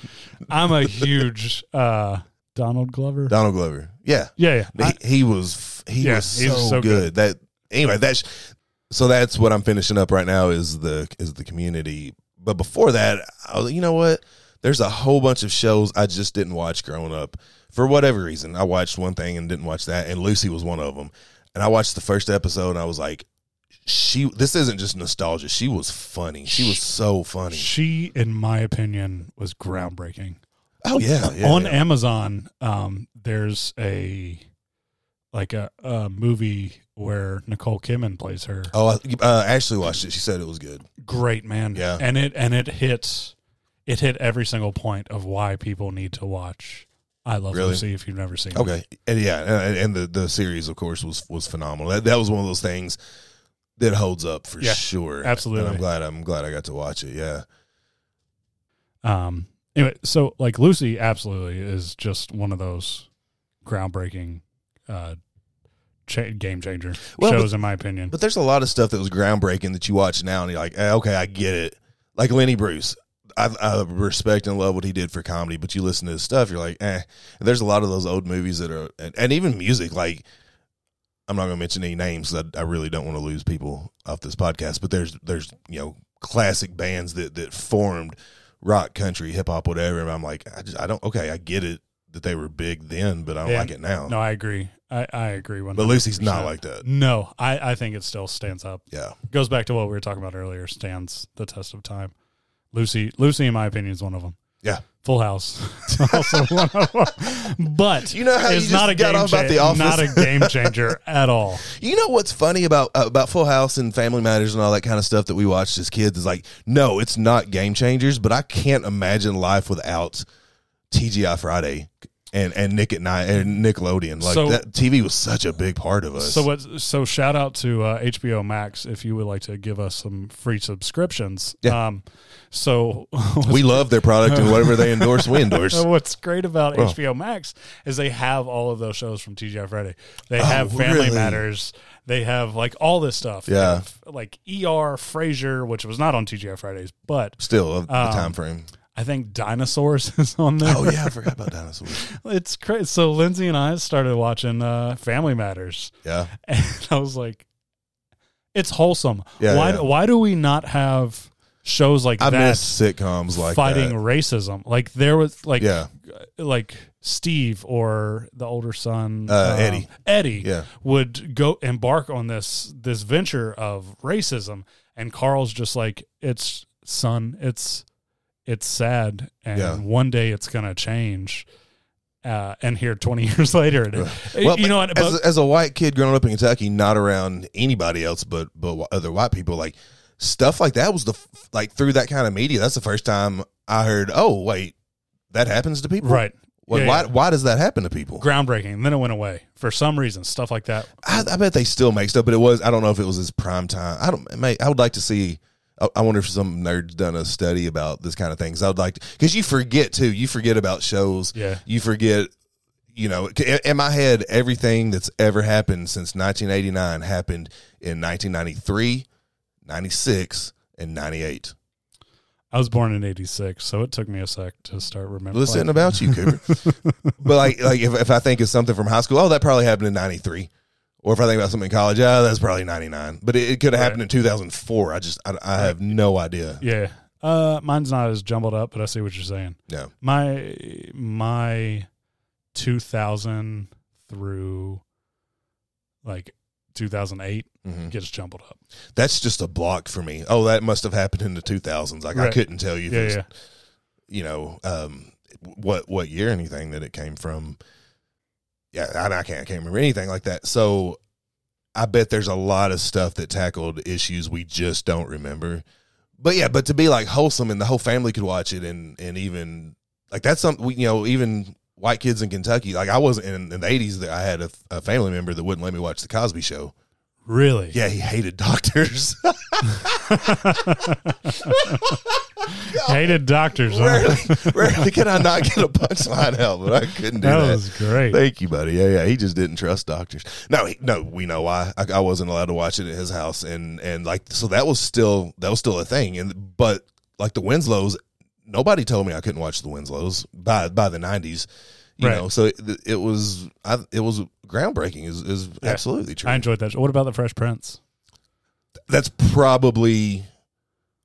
S1: I'm a huge uh, Donald Glover.
S2: Donald Glover, yeah,
S1: yeah, yeah. I-
S2: he, he was f- he
S1: Yeah,
S2: was
S1: he
S2: so,
S1: was so
S2: good. That anyway, that's so that's what I'm finishing up right now is the is the community. But before that, I was, like, you know what? There's a whole bunch of shows I just didn't watch growing up for whatever reason. I watched one thing and didn't watch that, and Lucy was one of them. And I watched the first episode, and I was like, she. This isn't just nostalgia. She was funny. She was so funny.
S1: she, in my opinion, was groundbreaking.
S2: Oh yeah, yeah,
S1: On
S2: yeah.
S1: Amazon, um, there's a like a, a movie where Nicole Kidman plays her.
S2: Oh, I- uh, Ashley watched it. She said it was good.
S1: Great man.
S2: Yeah.
S1: And it and it hits it hit every single point of why people need to watch I Love
S2: Really?
S1: Lucy if you've never seen it.
S2: Okay, and yeah, and, and the the series, of course, was was phenomenal. That, that was one of those things that holds up for
S1: Yeah,
S2: sure.
S1: absolutely.
S2: and I'm glad. I'm glad I got to watch it. Yeah,
S1: Um anyway, so like Lucy absolutely is just one of those groundbreaking uh cha- game changer
S2: Well,
S1: shows in my opinion.
S2: but there's a lot of stuff that was groundbreaking that you watch now, and you're like, eh, okay, I get it. Like Lenny Bruce, I, I respect and love what he did for comedy, but you listen to his stuff, you're like, eh. And there's a lot of those old movies that are, and, and even music. Like, I'm not going to mention any names. 'cause I, I really don't want to lose people off this podcast, but there's there's you know classic bands that that formed rock, country, hip hop, whatever. And I'm like, I just I don't okay, I get it that they were big then, but I don't
S1: Yeah.
S2: like it now.
S1: no, I agree. I, I agree. 100%.
S2: but Lucy's not like that.
S1: No, I, I think it still stands up.
S2: Yeah,
S1: goes back to what we were talking about earlier. Stands the test of time. Lucy, Lucy, in my opinion, is one of them.
S2: yeah.
S1: Full House, also one of them. But
S2: You know how you
S1: it's
S2: just
S1: not a
S2: got
S1: game
S2: off about
S1: cha-
S2: The Office?
S1: Not a game changer at all.
S2: You know what's funny about uh, about Full House and Family Matters and all that kind of stuff that we watched as kids is like, no, it's not game changers, but I can't imagine life without TGI Friday and and Nick at Night and Nickelodeon. Like
S1: So-
S2: that TV was such a big part of us.
S1: So what? So shout out to uh, HBO Max if you would like to give us some free subscriptions.
S2: Yeah.
S1: Um, so
S2: we love their product and whatever they endorse, we endorse.
S1: And what's great about
S2: Well.
S1: HBO Max is they have all of those shows from TGI Friday. They have Family
S2: Oh, really?
S1: Matters. They have like all this stuff. They
S2: Yeah.
S1: have, like ER, Frasier, which was not on TGI Fridays, but
S2: Still of the
S1: Um,
S2: time frame.
S1: I think Dinosaurs is on there.
S2: Oh yeah, I forgot about dinosaurs.
S1: It's crazy. So Lindsay and I started watching uh, Family Matters,
S2: Yeah.
S1: and I was like, "It's wholesome.
S2: Yeah,
S1: why?
S2: yeah.
S1: Why do we not have shows like
S2: I
S1: that
S2: miss sitcoms like
S1: fighting
S2: that.
S1: racism? Like there was like uh,
S2: Yeah.
S1: like Steve or the older son
S2: Uh,
S1: um,
S2: Eddie.
S1: Eddie
S2: Yeah.
S1: would go embark on this this venture of racism, and Carl's just like, "It's son, it's it's sad, and
S2: Yeah.
S1: one day it's gonna change." uh, and here 20 years later. And,
S2: Well,
S1: you know what?
S2: but as,
S1: But,
S2: as a white kid growing up in Kentucky, not around anybody else but but wh- other white people, like stuff like that was the f- like through that kind of media. That's the first time I heard. Oh wait, that happens to people,
S1: right.
S2: Like,
S1: Yeah,
S2: why
S1: yeah.
S2: why does that happen to people?
S1: Groundbreaking. Then it went away for some reason, stuff like that.
S2: I, I bet they still make stuff, but it was I don't know if it was his prime time. I don't. May, I would like to see. I, I wonder if some nerds done a study about this kind of things. I would like because you forget too. You forget about shows.
S1: Yeah.
S2: You forget. You know, in- in my head, everything that's ever happened since 1989 happened in 1993, 96, and 98.
S1: I was born in 86, so it took me a sec to start remembering.
S2: Well, This isn't about you, Cooper. but like, like if, if I think of something from high school, oh, that probably happened in '93. Or if I think about something in college, oh, that's probably '99. But it, it could have happened in 2004. I just, I, I have no idea.
S1: Yeah. Uh, mine's not as jumbled up, but I see what you're saying.
S2: Yeah.
S1: My my 2000 through like 2008
S2: hmm
S1: gets jumbled up.
S2: That's just a block for me. Oh, that must have happened in the 2000s. Like I
S1: Right.
S2: couldn't tell you, if
S1: Yeah,
S2: it's,
S1: yeah.
S2: you know, um, what what year anything that it came from. Yeah, I, I can't I can't remember anything like that. So, I bet there's a lot of stuff that tackled issues we just don't remember. But yeah, but to be like wholesome and the whole family could watch it and and even like that's something we you know even white kids in Kentucky like I wasn't in, in the 80s that I had a, a family member that wouldn't let me watch the Cosby Show.
S1: Really?
S2: Yeah, he hated doctors.
S1: Hated doctors.
S2: rarely,
S1: Huh?
S2: rarely could I not get a punchline out, but I couldn't do
S1: That
S2: that.
S1: was great.
S2: Thank you, buddy. Yeah, yeah. He just didn't trust doctors. No, he, no. We know why. I, I wasn't allowed to watch it at his house, and and like so that was still that was still a thing. And but like the Winslows, nobody told me I couldn't watch the Winslows by by the nineties. You
S1: Right.
S2: know, so it, it was I, it was groundbreaking. Is is
S1: Yeah.
S2: absolutely true.
S1: I enjoyed that. What about the Fresh Prince?
S2: that's probably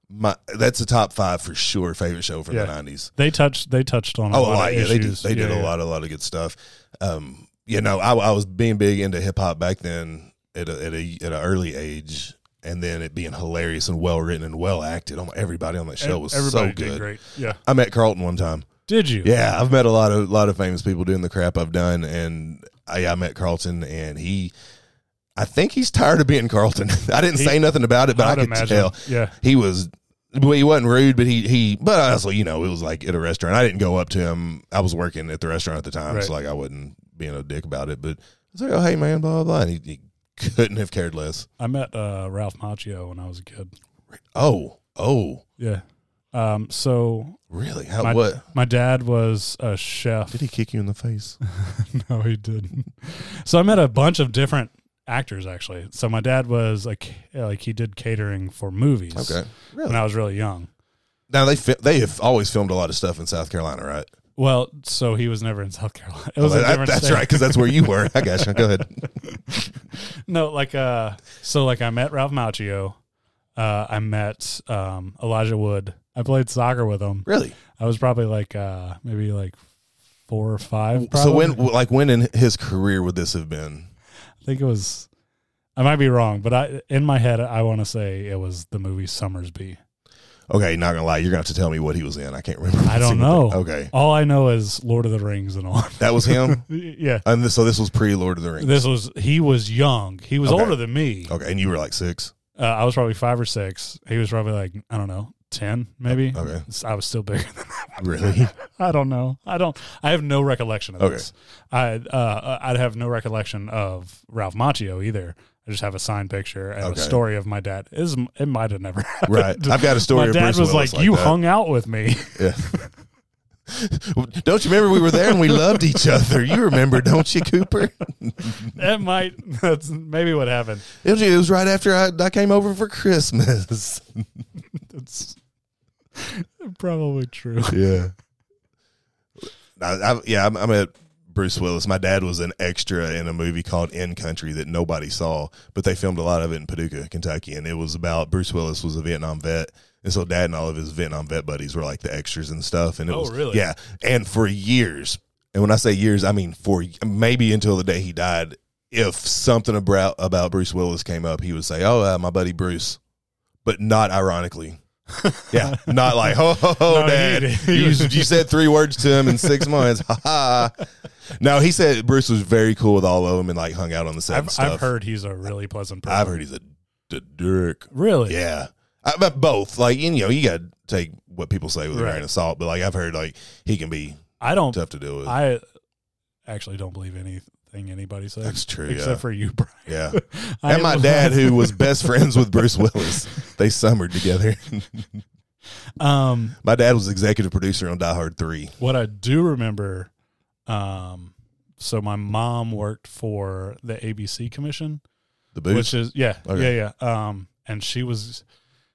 S2: my that's a top five for sure favorite show from
S1: Yeah.
S2: the nineties.
S1: They touched. They touched on. A
S2: Oh,
S1: lot
S2: a lot.
S1: Of
S2: Yeah, they did.
S1: issues.
S2: They did
S1: Yeah,
S2: a
S1: yeah.
S2: lot, a lot of good stuff. Um, you know, I, I was being big into hip hop back then at a, at a at an early age, and then it being hilarious and well written and well acted. Almost Everybody on that show was
S1: Everybody
S2: so
S1: did
S2: good.
S1: Great. Yeah.
S2: I met Carlton one time.
S1: Did you?
S2: Yeah, I've met a lot of lot of famous people doing the crap I've done, and I, I met Carlton, and he, I think he's tired of being Carlton. I didn't
S1: He-
S2: say nothing about it, but I,
S1: I'd
S2: could
S1: imagine.
S2: tell
S1: Yeah.
S2: he was well, he wasn't rude, but he he but also, you know, it was like at a restaurant. I didn't go up to him. I was working at the restaurant at the time, so
S1: Right.
S2: like I wasn't being a dick about it. But I was like, Oh hey man, blah blah blah. And he, he couldn't have cared less.
S1: I met uh, Ralph Macchio when I was a kid.
S2: Oh, oh,
S1: Yeah. Um. So
S2: really? How
S1: My-
S2: what?
S1: my dad was a chef.
S2: Did he kick you in the face?
S1: No, he didn't. so I met a bunch of different actors actually. So my dad was like, like he did catering for movies.
S2: Okay.
S1: When
S2: Really?
S1: I was really young.
S2: Now they fi- they have always filmed a lot of stuff in South Carolina, right?
S1: Well, so he was never in South Carolina. It was
S2: Well,
S1: a
S2: that-
S1: different
S2: that's
S1: state.
S2: right, because that's where you were. I got you. Go ahead.
S1: No, like uh, so like I met Ralph Macchio. Uh, I met um, Elijah Wood. I played soccer with him.
S2: Really?
S1: I was probably like uh, maybe like four or five. Probably.
S2: So when, like, when in his career would this have been?
S1: I think it was, I might be wrong, but I in my head I want to say it was the movie Summersby.
S2: Okay, not gonna lie, you're gonna have to tell me what he was in. I can't remember.
S1: I don't know.
S2: Okay,
S1: All I know is Lord of the Rings and on.
S2: that was him.
S1: yeah,
S2: And this, so this was pre Lord of the Rings.
S1: this was he was young. He was
S2: Okay.
S1: older than me.
S2: Okay, and you were like six.
S1: Uh, I was probably five or six. He was probably like I don't know ten maybe.
S2: Okay.
S1: I was still bigger than.
S2: Really?
S1: I don't know. I don't. I have no recollection of
S2: Okay.
S1: this. I uh, I'd have no recollection of Ralph Macchio either. I just have a signed picture and
S2: Okay.
S1: a story of my dad. It, is, it might have never happened.
S2: right. I've got a story.
S1: my
S2: of
S1: dad
S2: Bruce
S1: was
S2: Willis
S1: like, "You
S2: that.
S1: hung out with me."
S2: Yeah. don't you remember we were there and we loved each other? You remember, don't you, Cooper?
S1: that might. That's maybe what happened.
S2: It was, it was right after I, I came over for Christmas.
S1: That's probably true.
S2: yeah. I, I, yeah, I'm, I'm at Bruce Willis. My dad was an extra in a movie called In Country that nobody saw, but they filmed a lot of it in Paducah, Kentucky, and it was about Bruce Willis was a Vietnam vet, and so dad and all of his Vietnam vet buddies were like the extras and stuff. And it
S1: Oh,
S2: was
S1: really?
S2: yeah, and for years, and when I say years, I mean for maybe until the day he died. If something about about Bruce Willis came up, he would say, "Oh, uh, my buddy Bruce," but not ironically. Yeah, not like "Oh, ho ho ho,
S1: No,
S2: dad.
S1: he did.
S2: You, you said three words to him in six months. Ha ha. No, he said Bruce was very cool with all of them and like hung out on the set. and
S1: I've,
S2: stuff.
S1: I've heard he's a really pleasant person.
S2: I've heard he's a, d- dick.
S1: Really?
S2: Yeah, I, but both. Like you know, you got to take what people say with a grain
S1: Right.
S2: of salt. But like I've heard, like he can be
S1: I don't.
S2: tough to deal with.
S1: I actually don't believe anything anybody says.
S2: That's true,
S1: Except
S2: yeah.
S1: for you, Brian.
S2: yeah.
S1: I
S2: and my
S1: will-
S2: dad, who was best friends with Bruce Willis, they summered together.
S1: Um,
S2: my dad was executive producer on Die Hard Three.
S1: what I do remember, um, so my mom worked for the ABC Commission,
S2: The booth.
S1: which is yeah,
S2: Okay.
S1: yeah, yeah. Um, and she was,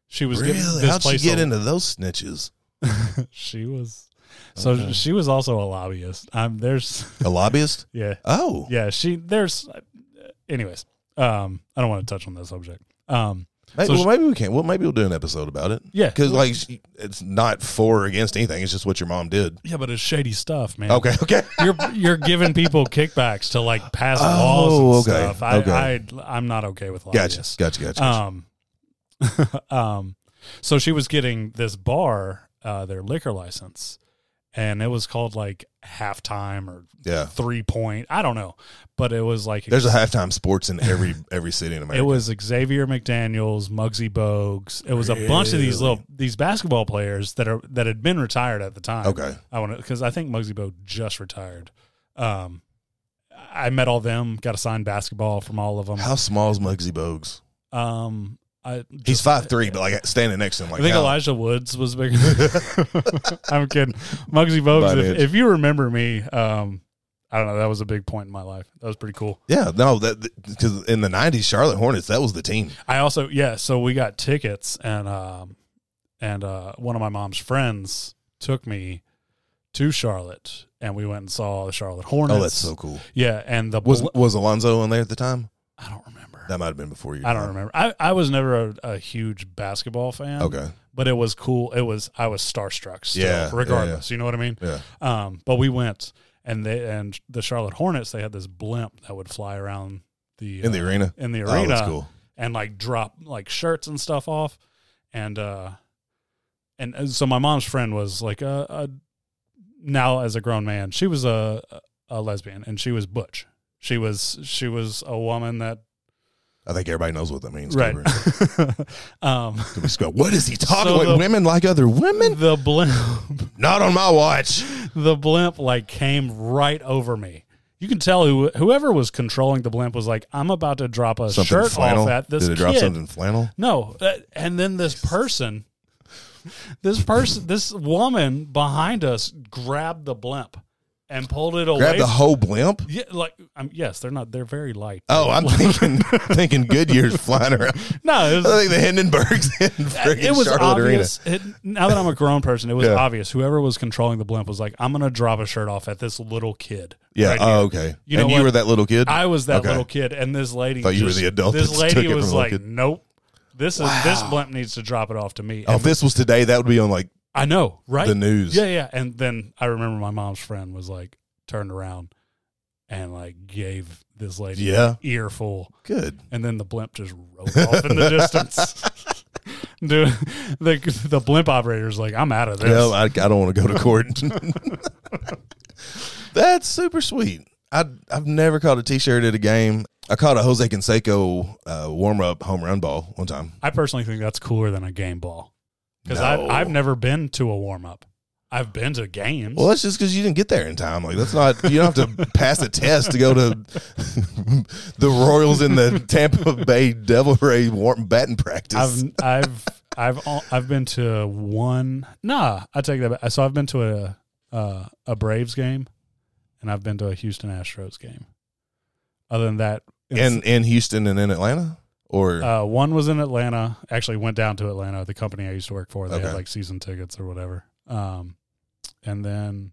S1: she was
S2: really?
S1: getting this
S2: How'd she
S1: place.
S2: get
S1: a-
S2: into those snitches?
S1: she was, so
S2: Okay.
S1: she was also a lobbyist. Um, there's
S2: A lobbyist?
S1: yeah,
S2: Oh,
S1: yeah. She there's, anyways. Um, I don't want to touch on that subject. Um,
S2: Maybe,
S1: So
S2: well, maybe we can. Well, maybe we'll do an episode about it.
S1: yeah,
S2: Because like she- it's not for or against anything. It's just what your mom did.
S1: yeah, but it's shady stuff, man.
S2: Okay, okay.
S1: you're you're giving people kickbacks to like pass
S2: Oh,
S1: laws and
S2: okay,
S1: stuff. I,
S2: okay.
S1: I I'm not okay with
S2: Gotcha,
S1: lobbyists.
S2: gotcha, gotcha.
S1: Oh, Um, um, so she was getting this bar, uh, their liquor license, and it was called like halftime or
S2: yeah.
S1: three point. I don't know, but it was like
S2: There's a halftime sports in every every city in America.
S1: it was Xavier McDaniel's, Muggsy Bogues. It was a bunch of these
S2: Really?
S1: little these basketball players that are that had been retired at the time.
S2: Okay.
S1: I want to because I think Muggsy Bogues just retired. Um, I met all them, got a signed basketball from all of them.
S2: How small is Muggsy Bogues?
S1: Um, I
S2: He's
S1: just-
S2: five three, but like standing next to him, like
S1: I think
S2: how-
S1: Elijah Woods was bigger. I'm kidding. Muggsy Bogues.
S2: About
S1: If,
S2: it.
S1: if you remember me, um, I don't know. That was a big point in my life. That was pretty cool.
S2: Yeah, no, that because in the '90s, Charlotte Hornets that was the team.
S1: I also yeah, so we got tickets and um and uh one of my mom's friends took me to Charlotte and we went and saw the Charlotte Hornets.
S2: Oh, that's so cool.
S1: yeah, and the
S2: Was
S1: bl-
S2: was Alonzo on there at the time?
S1: I don't remember.
S2: That might have been before you.
S1: I don't remember. I, I was never a, a huge basketball fan.
S2: Okay,
S1: But it was cool. It was I was starstruck still,
S2: Yeah, yeah, yeah.
S1: regardless. You know what I mean?
S2: yeah.
S1: Um, but we went and they and the Charlotte Hornets, they had this blimp that would fly around the
S2: In the
S1: uh,
S2: arena.
S1: in the
S2: Oh,
S1: arena
S2: that's cool.
S1: and like drop like shirts and stuff off and uh and uh, so my mom's friend was like a, a now as a grown man she was a a lesbian and she was butch she was she was a woman that
S2: I think everybody knows what that means.
S1: right
S2: Cooper.
S1: um
S2: Could we just go, What is he talking
S1: So
S2: about?
S1: the-
S2: women like other women?
S1: the blimp
S2: Not on my watch.
S1: the blimp like came right over me you can tell who whoever was controlling the blimp was like i'm about to drop a
S2: Something
S1: shirt
S2: flannel.
S1: off at this
S2: Did it drop
S1: kid.
S2: something flannel?
S1: No, uh, and then this person, this person, this woman behind us grabbed the blimp and pulled it away.
S2: Grab the whole blimp.
S1: yeah, like um, yes, they're not. They're very light.
S2: Oh, I'm thinking thinking Goodyear's flying around.
S1: no, it
S2: I
S1: was,
S2: think the Hindenburg's in freaking
S1: it was
S2: Charlotte
S1: obvious. It, now that I'm a grown person, it was
S2: Yeah.
S1: obvious. Whoever was controlling the blimp was like, "I'm gonna drop a shirt off at this little kid."
S2: Arena. Yeah.
S1: right
S2: oh,
S1: here."
S2: okay.
S1: You
S2: and
S1: know
S2: you
S1: what?
S2: were that little kid.
S1: I was that
S2: Okay.
S1: little kid, and this lady.
S2: Thought you were
S1: just-
S2: the adult
S1: This
S2: that took
S1: lady
S2: it from
S1: was
S2: the little
S1: like,
S2: kid.
S1: "Nope." This is this blimp needs to drop it off to me.
S2: Oh, if
S1: And
S2: this was today, that would be on like
S1: I know, right?
S2: the news.
S1: Yeah, yeah. And then I remember my mom's friend was like turned around and like gave this lady
S2: Yeah.
S1: an earful,
S2: Good.
S1: and then the blimp just rolled off in the distance. Dude, the the blimp operator's like, I'm out of this.
S2: No, I, I don't want to go to court. That's super sweet. I I've never caught a T-shirt at a game. I caught a Jose Canseco uh, warm-up home run ball one time.
S1: I personally think that's cooler than a game ball because
S2: No.
S1: I've I've never been to a warm up. I've been to games.
S2: Well, that's just because you didn't get there in time. Like that's not you don't have to pass a test to go to the Royals in the Tampa Bay Devil Ray warm batting practice.
S1: I've I've I've al- I've been to one. Nah, I take that back. So I've been to a uh, a Braves game, and I've been to a Houston Astros game. Other than that,
S2: in in Houston and in Atlanta, or
S1: uh, one was in Atlanta. Actually, went down to Atlanta. The company I used to work for, they
S2: Okay.
S1: had like season tickets or whatever. Um, and then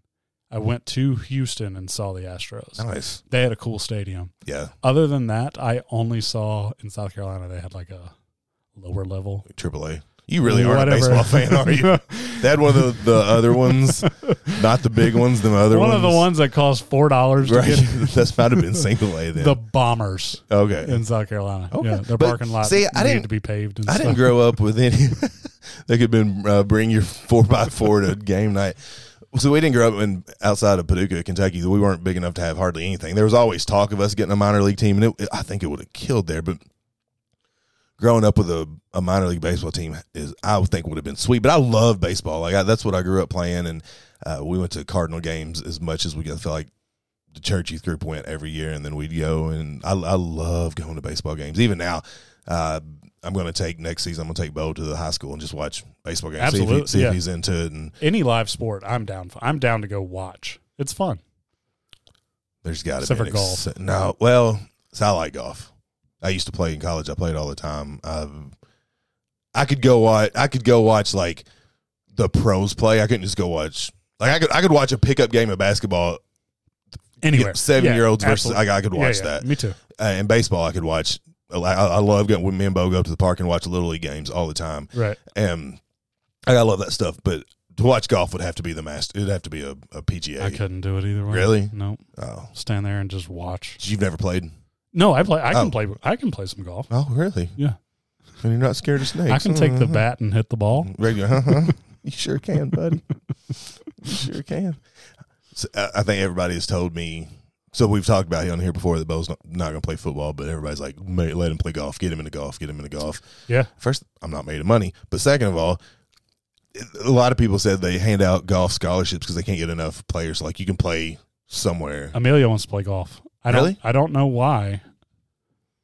S1: I went to Houston and saw the Astros.
S2: nice,
S1: They had a cool stadium.
S2: yeah,
S1: Other than that, I only saw in South Carolina they had like a lower level.
S2: AAA. You really aren't
S1: Whatever.
S2: a baseball fan, are you? They had one of the, the other ones, not the big ones, the other
S1: one
S2: ones.
S1: of the ones that cost four dollars to
S2: Right.
S1: get
S2: That's might have been single A then.
S1: the bombers
S2: okay.
S1: in South Carolina.
S2: Okay.
S1: Yeah, their
S2: But,
S1: parking lot
S2: see, I
S1: needed
S2: didn't-
S1: to be paved. And
S2: I
S1: stuff.
S2: didn't grow up with any. They could have been uh, bring your four by four to game night. So we didn't grow up in outside of Paducah, Kentucky. We weren't big enough to have hardly anything. There was always talk of us getting a minor league team, and it, I think it would have killed there. But growing up with a, a minor league baseball team is I would think would have been sweet. But I love baseball. Like I, that's what I grew up playing, and uh, we went to Cardinal games as much as we got. I feel like the church youth group went every year, and then we'd go. And I, I love going to baseball games. Even now, uh, I'm going to take next season. I'm going to take Bo to the high school and just watch baseball games. See, if, he,
S1: Absolutely,
S2: see
S1: yeah.
S2: if he's into it. And
S1: Any live sport, I'm down. For, I'm down to go watch. It's fun.
S2: there's got to
S1: Except for
S2: be an ex-
S1: golf.
S2: No, well, so I like golf. I used to play in college. I played all the time. Um, I could go watch. I could go watch like the pros play. I couldn't just go watch. Like I could, I could watch a pickup game of basketball.
S1: Anywhere,
S2: Seven year olds
S1: Yeah,
S2: versus.
S1: absolutely.
S2: I, I could
S1: Yeah,
S2: watch
S1: yeah.
S2: that.
S1: Me too.
S2: uh, in baseball, I could watch. I, I love going when me and Bo go up to the park and watch little league games all the time,
S1: Right.
S2: and like, I love that stuff. But to watch golf would have to be the master. It'd have to be a, a PGA.
S1: I couldn't do it either way.
S2: Really?
S1: No.
S2: Oh,
S1: Stand there and just watch.
S2: you've never played?
S1: No, I play. I can
S2: Oh.
S1: play. I can play some golf.
S2: Oh, really?
S1: Yeah.
S2: And you're not scared of snakes?
S1: I can take the
S2: Uh-huh.
S1: bat and hit the ball.
S2: Regular? Uh-huh. you sure can, buddy. you sure can. So, I I think everybody has told me. So we've talked about it on here before that Bo's not, not going to play football, but everybody's like, "Ma- let him play golf, get him into golf, get him into golf.
S1: Yeah.
S2: first, I'm not made of money. But second of all, a lot of people said they hand out golf scholarships because they can't get enough players. Like you can play somewhere.
S1: Amelia wants to play golf. I don't.
S2: Really?
S1: I don't know why.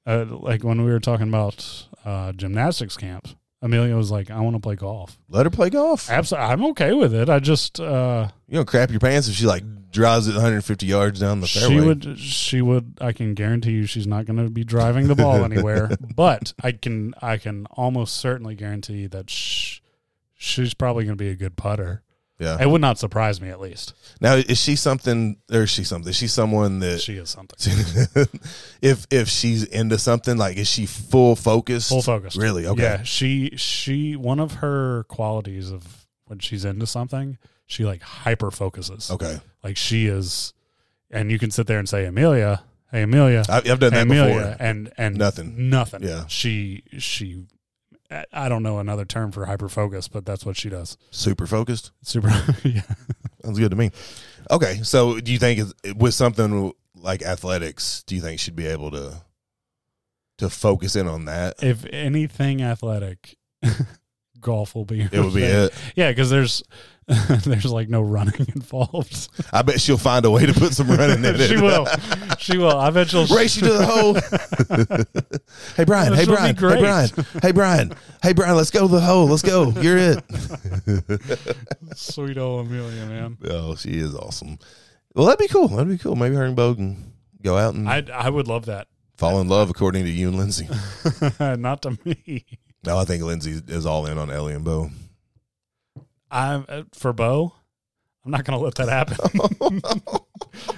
S1: Uh, like when we were talking about uh, gymnastics camps, Amelia was like, "I want to play golf."
S2: Let her play golf.
S1: Absolutely, I'm okay with it. I just uh,
S2: You don't crap your pants if she like drives it 150 yards down the
S1: she
S2: fairway.
S1: would. She would. I can guarantee you, she's not going to be driving the ball anywhere. But I can. I can almost certainly guarantee that sh- she's probably going to be a good putter.
S2: yeah.
S1: It would not surprise me, at least.
S2: Now is she something or is she something? Is she someone that
S1: She is something.
S2: if if she's into something like is she full focused?
S1: full focused.
S2: Really? Okay.
S1: Yeah, she she one of her qualities of when she's into something, she like hyper focuses.
S2: Okay.
S1: Like she is, and you can sit there and say Amelia, hey Amelia,
S2: I, I've done
S1: hey,
S2: that
S1: Amelia,
S2: before.
S1: and and
S2: Nothing.
S1: nothing.
S2: Yeah.
S1: she she, I- I don't know another term for hyper focus, but that's what she does.
S2: Super focused.
S1: Super. yeah.
S2: Sounds good to me. Okay, so do you think it's- with something like athletics, do you think she'd be able to to focus in on that?
S1: If anything athletic, golf will be. her
S2: It would be
S1: thing.
S2: it.
S1: Yeah, because there's there's like no running involved.
S2: I bet she'll find a way to put some running in it.
S1: she will. She will. I bet she'll
S2: Race you to the hole. hey Brian.
S1: This
S2: Hey
S1: will be
S2: Brian. Hey
S1: great.
S2: Brian. Hey Brian. Hey Brian. Let's go to the hole. Let's go. You're it.
S1: Sweet old Amelia, man.
S2: Oh, she is awesome. Well, that'd be cool. That'd be cool. Maybe her and Bo can go out and
S1: I I would love that.
S2: fall in love, according to you and Lindsay.
S1: Not to me.
S2: no, I think Lindsay is all in on Ellie and Bo.
S1: I'm uh, for Bo. I'm not gonna let that happen.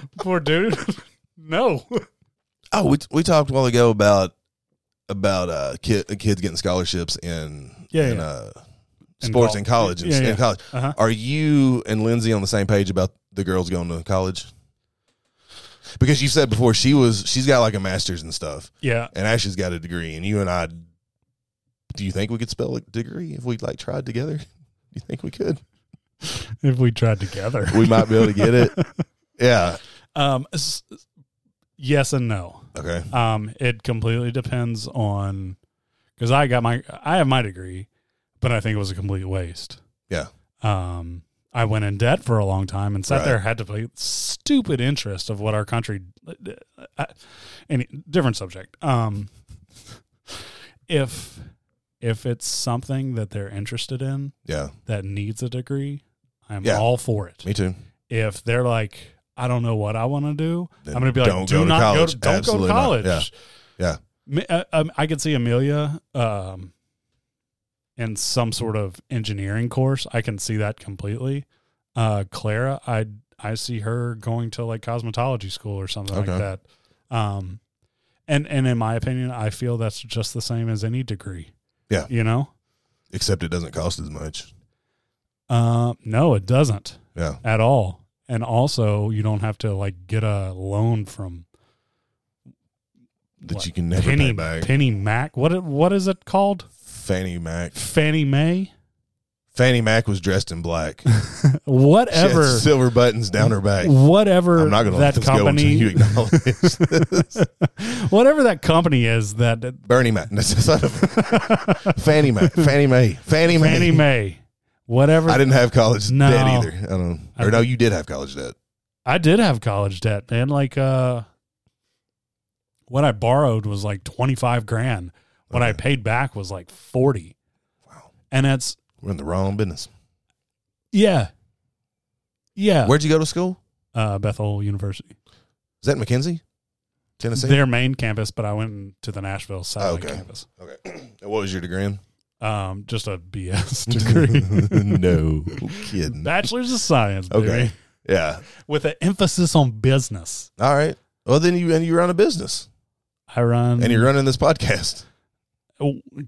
S1: Poor dude. no.
S2: Oh, we we talked a while ago about about uh kid, kids getting scholarships in
S1: Yeah,
S2: in
S1: yeah.
S2: uh
S1: In
S2: sports
S1: col-
S2: in college and
S1: Yeah,
S2: in
S1: yeah.
S2: college.
S1: Uh-huh.
S2: Are you and Lindsay on the same page about the girls going to college? Because you said before she was she's got like a master's and stuff,
S1: Yeah.
S2: and Ashley's got a degree, and you and I. Do you think we could spell a degree if we like tried together? You think we could?
S1: If we tried together.
S2: We might be able to get it. Yeah.
S1: Um. s- Yes and no.
S2: Okay.
S1: Um. It completely depends on because I got my I have my degree, but I think it was a complete waste.
S2: Yeah.
S1: um, I went in debt for a long time and sat
S2: Right.
S1: there had to pay stupid interest of what our country. I, any different subject. Um, if if it's something that they're interested in
S2: Yeah.
S1: that needs a degree, I'm
S2: Yeah.
S1: all for it.
S2: Me too.
S1: If they're like, I don't know what I want to do,
S2: Then
S1: I'm going to be
S2: don't
S1: like, do
S2: go to
S1: not go.
S2: college.
S1: To, don't go
S2: Absolutely
S1: to
S2: not.
S1: college.
S2: Yeah. Yeah.
S1: Me- uh, um, I could see Amelia um, in some sort of engineering course. I can see that completely. Uh, Clara, I I see her going to like cosmetology school or something
S2: Okay.
S1: like that. Um, and and in my opinion, I feel that's just the same as any degree.
S2: Yeah.
S1: you know.
S2: Except it doesn't cost as much.
S1: Uh, no, it doesn't
S2: Yeah.
S1: at all. And also, you don't have to like get a loan from
S2: that
S1: what,
S2: you can never
S1: Penny
S2: pay back.
S1: Penny Mac. What it- what is it called?
S2: Fanny Mac.
S1: Fannie Mae.
S2: Fannie Mac was dressed in black. She had
S1: Whatever,
S2: silver buttons down her back.
S1: whatever
S2: I'm not going to let
S1: that
S2: this go until you
S1: company,
S2: acknowledge this.
S1: whatever that company is that that
S2: Bernie Mac. That's the son of- Fannie Mae. Fannie Mae. Fannie Mae.
S1: Fannie Mae, whatever.
S2: I didn't have college
S1: No.
S2: debt either. I don't know. Or no, you did have college debt.
S1: I did have college debt, man. Like uh what I borrowed was like 25 grand. What I
S2: Okay.
S1: paid back was like 40.
S2: Wow.
S1: And that's
S2: We're in the wrong business.
S1: yeah. Yeah.
S2: Where'd you go to school?
S1: uh Bethel University.
S2: Is that McKenzie? Tennessee?
S1: Their main campus, but I went to the Nashville satellite
S2: Oh, Okay.
S1: campus.
S2: Okay. And what was your degree in?
S1: Um just a BS degree.
S2: no kidding.
S1: Bachelor's of Science, baby.
S2: Okay. yeah.
S1: With an emphasis on business.
S2: All right. Well, then you and you run a business
S1: I run Oh,
S2: and you're running this podcast.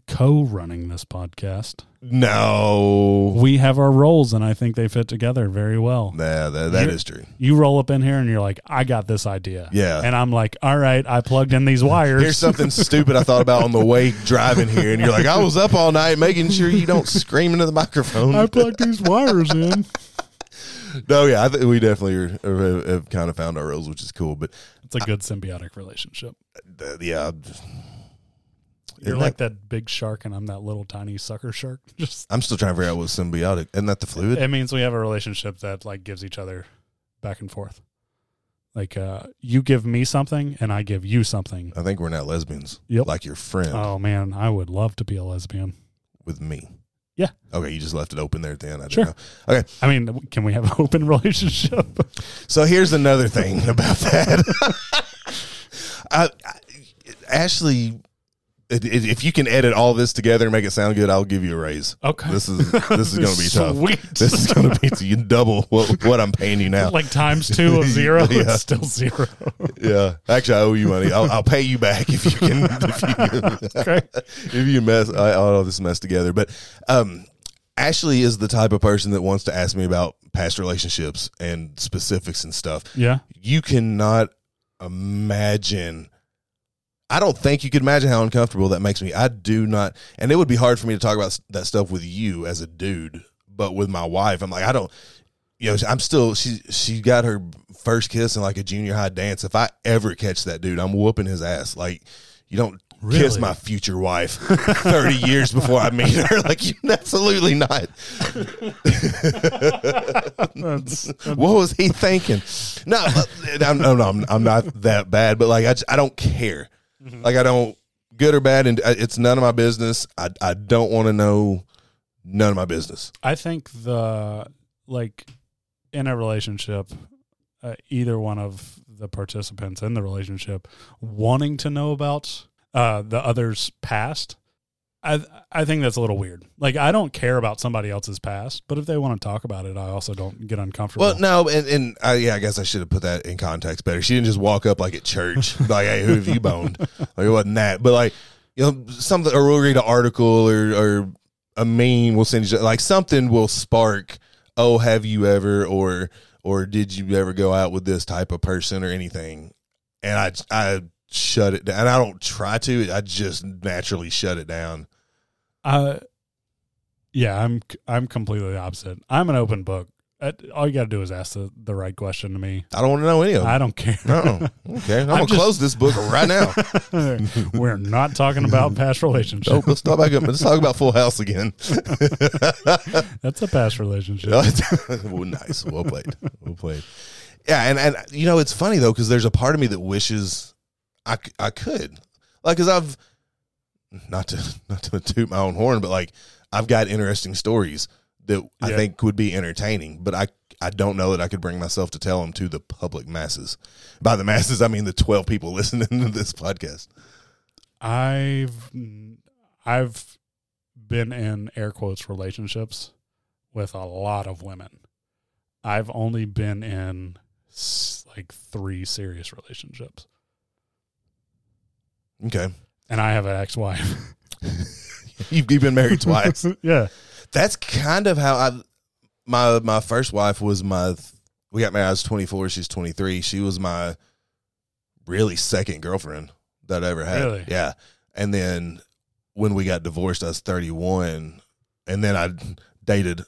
S1: co-running this podcast.
S2: No.
S1: We have our roles and I think they fit together very well.
S2: Nah, that, that
S1: You're-
S2: is true.
S1: you roll up in here and you're like, I got this idea.
S2: Yeah.
S1: And I'm like, all right, I plugged in these wires.
S2: Here's something stupid I thought about on the way driving here, and you're like, I was up all night making sure you don't scream into the microphone.
S1: I plugged these wires in.
S2: no, yeah, I think we definitely are, are, have, have kind of found our roles, which is cool. But
S1: It's a good symbiotic relationship.
S2: uh, yeah, I'm just-
S1: You're
S2: Isn't
S1: like that big shark and I'm that little tiny sucker shark. Just
S2: I'm still trying to figure out what's symbiotic. Isn't that the fluid?
S1: it means we have a relationship that like gives each other back and forth. Like uh you give me something and I give you something.
S2: I think we're not lesbians.
S1: Yep.
S2: Like your friend
S1: Oh man, I would love to be a lesbian.
S2: with me.
S1: Yeah.
S2: Okay, you just left it open there at the end. I
S1: Sure.
S2: don't know. Okay.
S1: I mean, can we have an open relationship?
S2: So here's another thing about that. I, I, Ashley, i- i- if you can edit all this together and make it sound good, I'll give you a raise.
S1: Okay.
S2: This is this is going to be tough.
S1: Sweet.
S2: This is going to be to you double what, what I'm paying you now.
S1: like times two of zero,
S2: Yeah.
S1: it's still zero.
S2: yeah, actually, I owe you money. I'll, I'll pay you back if you can if you,
S1: Okay.
S2: if you mess I, all this mess together. But um, Ashley is the type of person that wants to ask me about past relationships and specifics and stuff.
S1: Yeah.
S2: you cannot imagine. I don't think you could imagine how uncomfortable that makes me. I do not, and it would be hard for me to talk about s- that stuff with you as a dude, but with my wife, I'm like, I don't, you know, I'm still. She she got her first kiss in like a junior high dance. If I ever catch that dude, I'm whooping his ass. Like, you don't kiss
S1: Really?
S2: my future wife 30 years before I meet her. Like, you, absolutely not.
S1: That's
S2: what was he thinking? No, uh, no, no, no I'm, I'm not that bad, but like I, just, I don't care. Like I don't good or bad, and uh, it's none of my business. I, I don't want to know none of my business.
S1: I think the like in a relationship, uh, either one of the participants in the relationship wanting to know about uh, the other's past, I I think that's a little weird. Like I don't care about somebody else's past, but if they want to talk about it, I also don't get uncomfortable.
S2: Well, no, and, and I, yeah, I guess I should have put that in context better. She didn't just walk up like at church, like, "Hey, who have you boned?" Like it wasn't that, but like you know, something or we'll read an article or or a meme. We'll send you like something will spark. Oh, have you ever or or did you ever go out with this type of person or anything? And I I shut it down. And I don't try to. I just naturally shut it down.
S1: Uh, yeah, I'm I'm completely opposite. I'm an open book. Uh, All you got to do is ask the, the right question to me.
S2: I don't want to know any of them.
S1: I don't care.
S2: Uh-uh. Okay, I'm, gonna
S1: just-
S2: close this book right now.
S1: We're not talking about past relationships.
S2: Nope, let's talk back up. Let's talk about Full House again.
S1: That's a past relationship.
S2: well, nice. Well played. Well played. Yeah, and and you know it's funny though because there's a part of me that wishes I c- I could like because I've not to not to toot my own horn, but like I've got interesting stories that I
S1: Yeah.
S2: think would be entertaining, but I. I don't know that I could bring myself to tell them to the public masses. By the masses, I mean the 12 people listening to this podcast.
S1: I've I've been in air quotes relationships with a lot of women. I've only been in s- like three serious relationships,
S2: Okay.
S1: and I have an ex-wife.
S2: You've, you've been married twice.
S1: yeah,
S2: That's kind of how I my my first wife was my we got married I was 24, she's 23. She was my really second girlfriend that I ever had.
S1: Really?
S2: Yeah. And then when we got divorced I was 31 and then I dated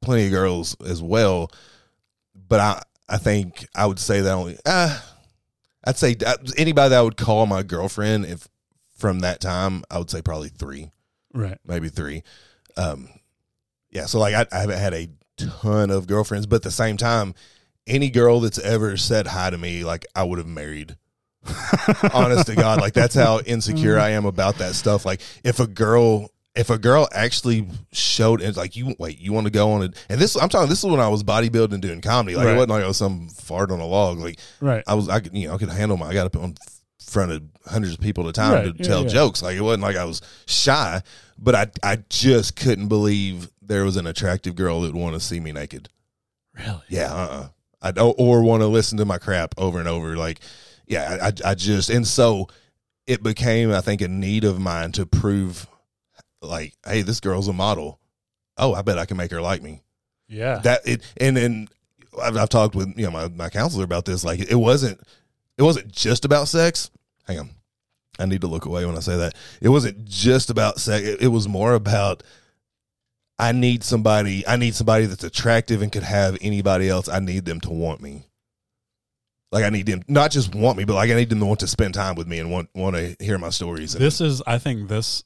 S2: plenty of girls as well, but I I think I would say that only uh, I'd say uh, anybody that I would call my girlfriend if from that time I would say probably three
S1: Right.
S2: maybe three. Um, yeah, so like I, I haven't had a ton of girlfriends, but at the same time, any girl that's ever said hi to me, like I would have married. Honest to God, like that's how
S1: Mm.
S2: insecure I am about that stuff. Like if a girl, if a girl actually showed, it's like you wait, you want to go on it, and this I'm talking. This is when I was bodybuilding and doing comedy. Like
S1: Right.
S2: it wasn't like I was some fart on a log. Like
S1: Right.
S2: I was, I could, you know, I could handle my, I got up in front of hundreds of people at a time
S1: Right,
S2: to
S1: yeah,
S2: tell
S1: yeah.
S2: jokes. Like it wasn't like I was shy, but I, I just couldn't believe there was an attractive girl that would want to see me naked.
S1: Really?
S2: Yeah. Uh-uh. I don't, or want to listen to my crap over and over. Like, yeah, I- I, I just, and so it became, I think, a need of mine to prove like, Hey, this girl's a model. Oh, I bet I can make her like me
S1: Yeah.
S2: that it and and I've, I've talked with you know my, my counselor about this like it wasn't it wasn't just about sex hang on i need to look away when i say that it wasn't just about sex it, it was more about i need somebody i need somebody that's attractive and could have anybody else i need them to want me like i need them not just want me but like i need them to want to spend time with me and want want to hear my stories and,
S1: this is i think this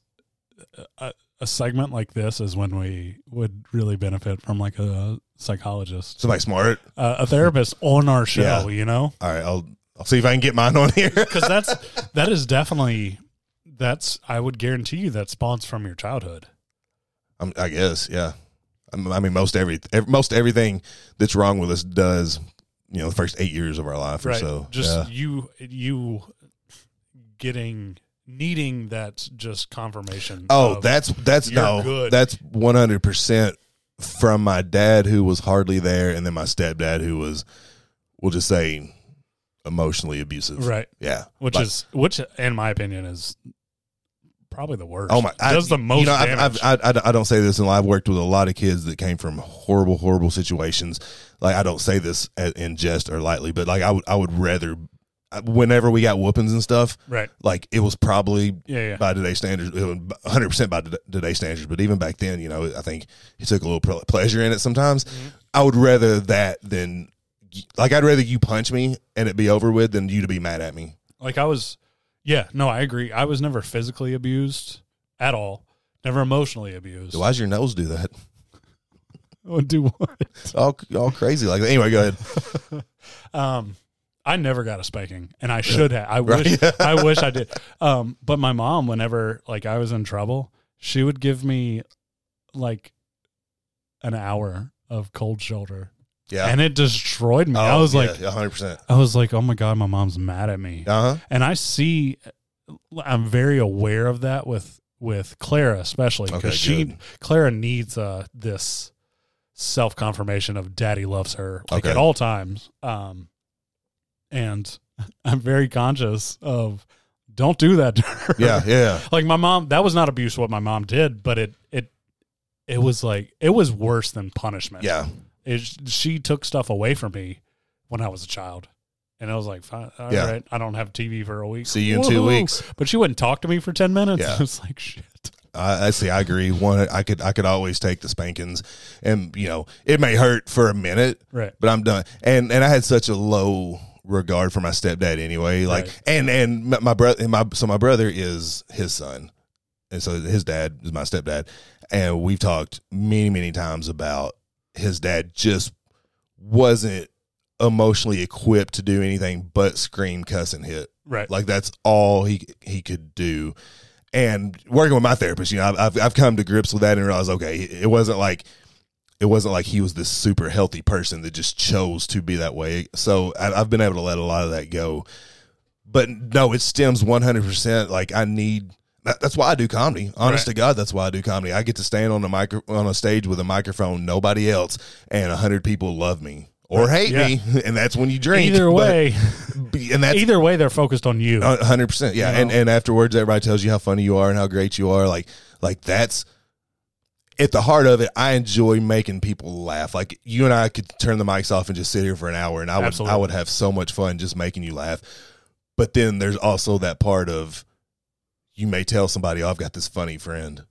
S1: a, a segment like this is when we would really benefit from like a psychologist
S2: somebody smart
S1: uh, a therapist on our show
S2: Yeah.
S1: you know
S2: all right i'll i'll see if i can get mine on here
S1: because that's that is definitely that's i would guarantee you that spawns from your childhood
S2: I'm, I guess, yeah. I'm- I mean, most every, ev most everything that's wrong with us does, you know, the first eight years of our life or so.
S1: just
S2: yeah.
S1: you you getting needing that just confirmation
S2: Oh,
S1: of-
S2: that's that's
S1: um, you're
S2: no,
S1: good.
S2: that's one hundred percent from my dad who was hardly there, and then my stepdad who was, we'll just say, emotionally abusive.
S1: right
S2: Yeah.
S1: which
S2: Like-
S1: is which in my opinion is probably the worst
S2: Oh my! I-
S1: does the most
S2: You know, I've,
S1: damage
S2: I've, I, I- I don't say this, and I've worked with a lot of kids that came from horrible, horrible situations. Like I don't say this a- in jest or lightly, but like I would, I would rather. I- Whenever we got whoopings and stuff,
S1: right
S2: like it was probably
S1: yeah yeah
S2: by today's standards, one hundred percent by tod- today's standards. But even back then, you know, I think he took a little ple- pleasure in it sometimes. I would rather that than like I'd rather you punch me and it be over with than you to be mad at me.
S1: like I was, yeah, no, I agree. I was never physically abused at all, never emotionally abused.
S2: Why does your nose do that?
S1: Oh, do what?
S2: All all crazy like that. Anyway, go ahead.
S1: Um, I never got a spanking, and I should have. I
S2: Right.
S1: wish, I wish I did. Um, but my mom, whenever like I was in trouble, she would give me like an hour of cold shoulder,
S2: Yeah.
S1: and it destroyed me. I
S2: Oh,
S1: was
S2: yeah,
S1: like,
S2: 100%.
S1: I was like, oh my god, my mom's mad at me.
S2: Uh huh.
S1: and I see I'm very aware of that with with Clara especially because
S2: Okay,
S1: she
S2: good.
S1: Clara needs uh this self confirmation of daddy loves her like
S2: Okay.
S1: at all times um and I'm very conscious of don't do that to her
S2: Yeah, yeah.
S1: like my mom that was not abuse what my mom did but it it it was like it was worse than punishment
S2: Yeah.
S1: it, she took stuff away from me when I was a child. And I was like, fine, all
S2: Yeah.
S1: right, I don't have TV for a week.
S2: See you in two
S1: Woohoo.
S2: weeks.
S1: But she wouldn't talk to me for 10 minutes.
S2: Yeah.
S1: I was like, shit.
S2: I, I see. I agree. One, I could, I could always take the spankings, and you know, it may hurt for a minute,
S1: Right.
S2: but I'm done. And and I had such a low regard for my stepdad anyway. Like,
S1: Right.
S2: and and my, my brother, my so my brother is his son, and so his dad is my stepdad, and we've talked many many times about his dad just wasn't emotionally equipped to do anything but scream, cuss, and hit.
S1: Right.
S2: Like that's all he he could do. And working with my therapist, you know, I've I've, I've come to grips with that and realized okay, it wasn't like it wasn't like he was this super healthy person that just chose to be that way. So I, I've been able to let a lot of that go. But no, it stems one hundred percent. Like I need. that- That's why I do comedy. Honest
S1: Right.
S2: to God, that's why I do comedy. I get to stand on a micro on a stage with a microphone, nobody else, and hundred people love me or hate
S1: Yeah.
S2: me, and that's when you drink.
S1: either
S2: but-
S1: way,
S2: and that's Oh,
S1: either way, they're focused on you.
S2: a Uh, hundred percent. Yeah,
S1: You
S2: and
S1: know?
S2: and afterwards, everybody tells you how funny you are and how great you are. Like like that's at the heart of it. I enjoy making people laugh. Like you and I could turn the mics off and just sit here for an hour, and I would
S1: Absolutely.
S2: I would have so much fun just making you laugh. But then there's also that part of you may tell somebody, oh, "I've got this funny friend,"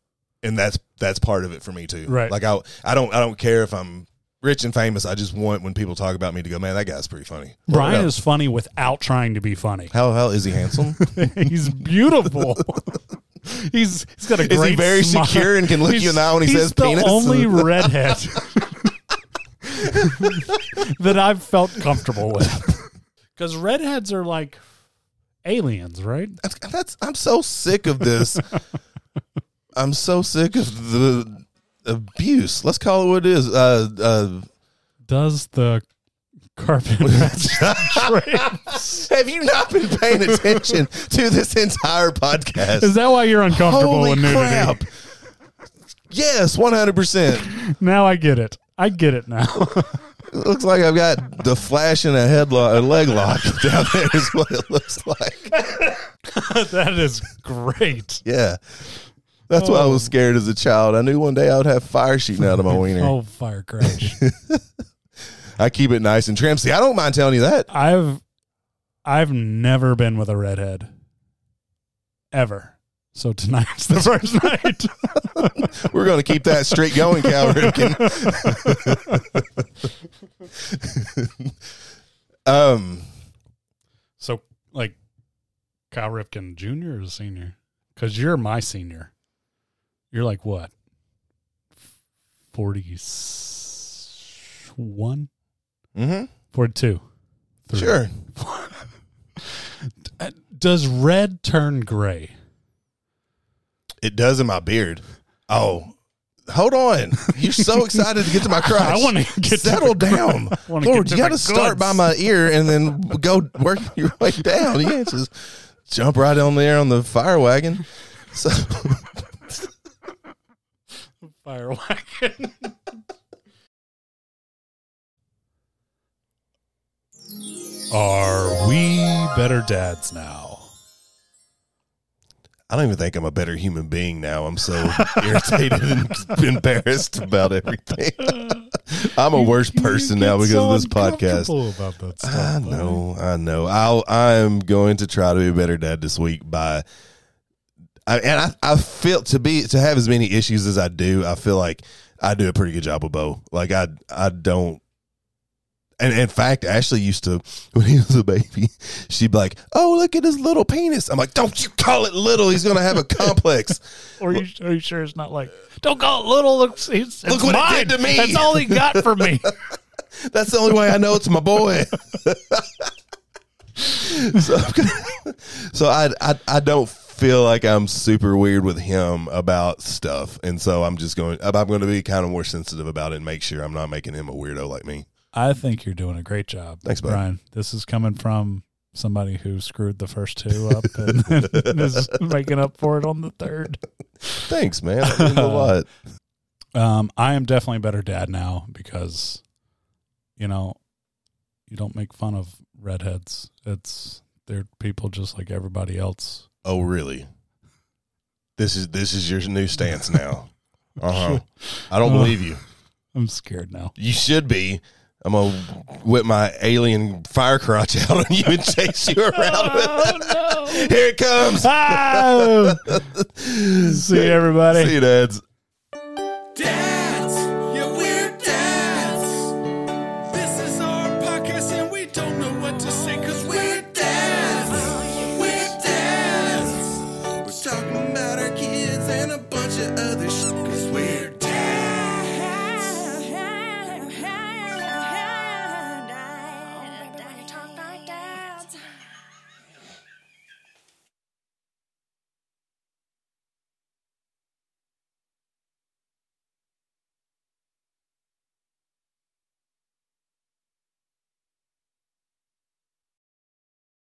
S2: and that's that's part of it for me too.
S1: Right.
S2: Like I I don't I don't care if I'm rich and famous. I just want when people talk about me to go, man, that guy's pretty funny.
S1: Brian
S2: No.
S1: is funny without trying to be funny.
S2: how how is he handsome?
S1: he's beautiful. he's he's got a
S2: is
S1: great.
S2: he very
S1: smile.
S2: secure and can look you in the eye when he
S1: he's
S2: says
S1: the
S2: penis?
S1: only redhead that I've felt comfortable with. Because redheads are like aliens, right?
S2: That's- that's I'm so sick of this. I'm so sick of the abuse. Let's call it what it is. Uh, uh,
S1: Does the carpet
S2: uh, have you not been paying attention to this entire podcast?
S1: Is that why you're uncomfortable
S2: Holy
S1: with nudity?
S2: crap! Yes, one hundred percent.
S1: Now I get it. I get it now.
S2: It looks like I've got the flash and a headlock, a leg lock down there is what it looks like.
S1: that is great.
S2: Yeah. That's why I
S1: Oh.
S2: was scared as a child. I knew one day I would have fire shooting out of my wiener.
S1: Oh, fire crash.
S2: I keep it nice and trim. See, I don't mind telling you that.
S1: I've I've never been with a redhead. Ever. So tonight's the first night.
S2: We're going to keep that straight going, Cal Ripken. um,
S1: So like Kyle Ripken Jr. or senior? Because you're my senior. You're like what? Forty one?
S2: mhm.
S1: Forty two.
S2: Sure.
S1: Does red turn gray?
S2: It does in my beard. Oh, hold on. You're so excited to get to my crotch.
S1: I want to get to
S2: settle down.
S1: wanna
S2: Lord,
S1: get to
S2: you
S1: my
S2: got to start
S1: goods.
S2: by my ear and then go work your way down. You can't just jump right on there on the fire wagon. So
S1: the fire wagon. Are we better dads now?
S2: I don't even think I'm a better human being now. I'm so irritated and embarrassed about everything. I'm a worse person now because of this podcast.
S1: About that stuff,
S2: I know, I know. I'll I am going to try to be a better dad this week by I, and I, I feel to be to have as many issues as I do, I feel like I do a pretty good job with Bo. Like I I don't and in fact, Ashley used to when he was a baby, she'd be like, Oh, look at his little penis. I'm like, Don't you call it little, he's gonna have a complex.
S1: Or are you, are you sure it's not like, don't call it little? Look, it's, it's
S2: Look what
S1: mine.
S2: it did to me."
S1: That's all he got from me.
S2: That's the only way I know it's my boy. so I'm gonna- so I, I I don't feel like I'm super weird with him about stuff, and so I'm just going. I'm going to be kind of more sensitive about it and make sure I'm not making him a weirdo like me.
S1: I think you're doing a great job.
S2: Thanks, bud.
S1: Brian. This is coming from somebody who screwed the first two up and then is making up for it on the third.
S2: Thanks, man. That means a lot.
S1: Um, I am definitely a better dad now because, you know, you don't make fun of redheads. It's they're people just like everybody else.
S2: Oh, really? This is this is your new stance now. Uh huh. I don't believe you.
S1: I'm scared now.
S2: You should be. I'm gonna whip my alien fire crotch out on you and chase you around with it.
S1: no!
S2: Here it comes.
S1: Ah! See you, everybody.
S2: See you, dads.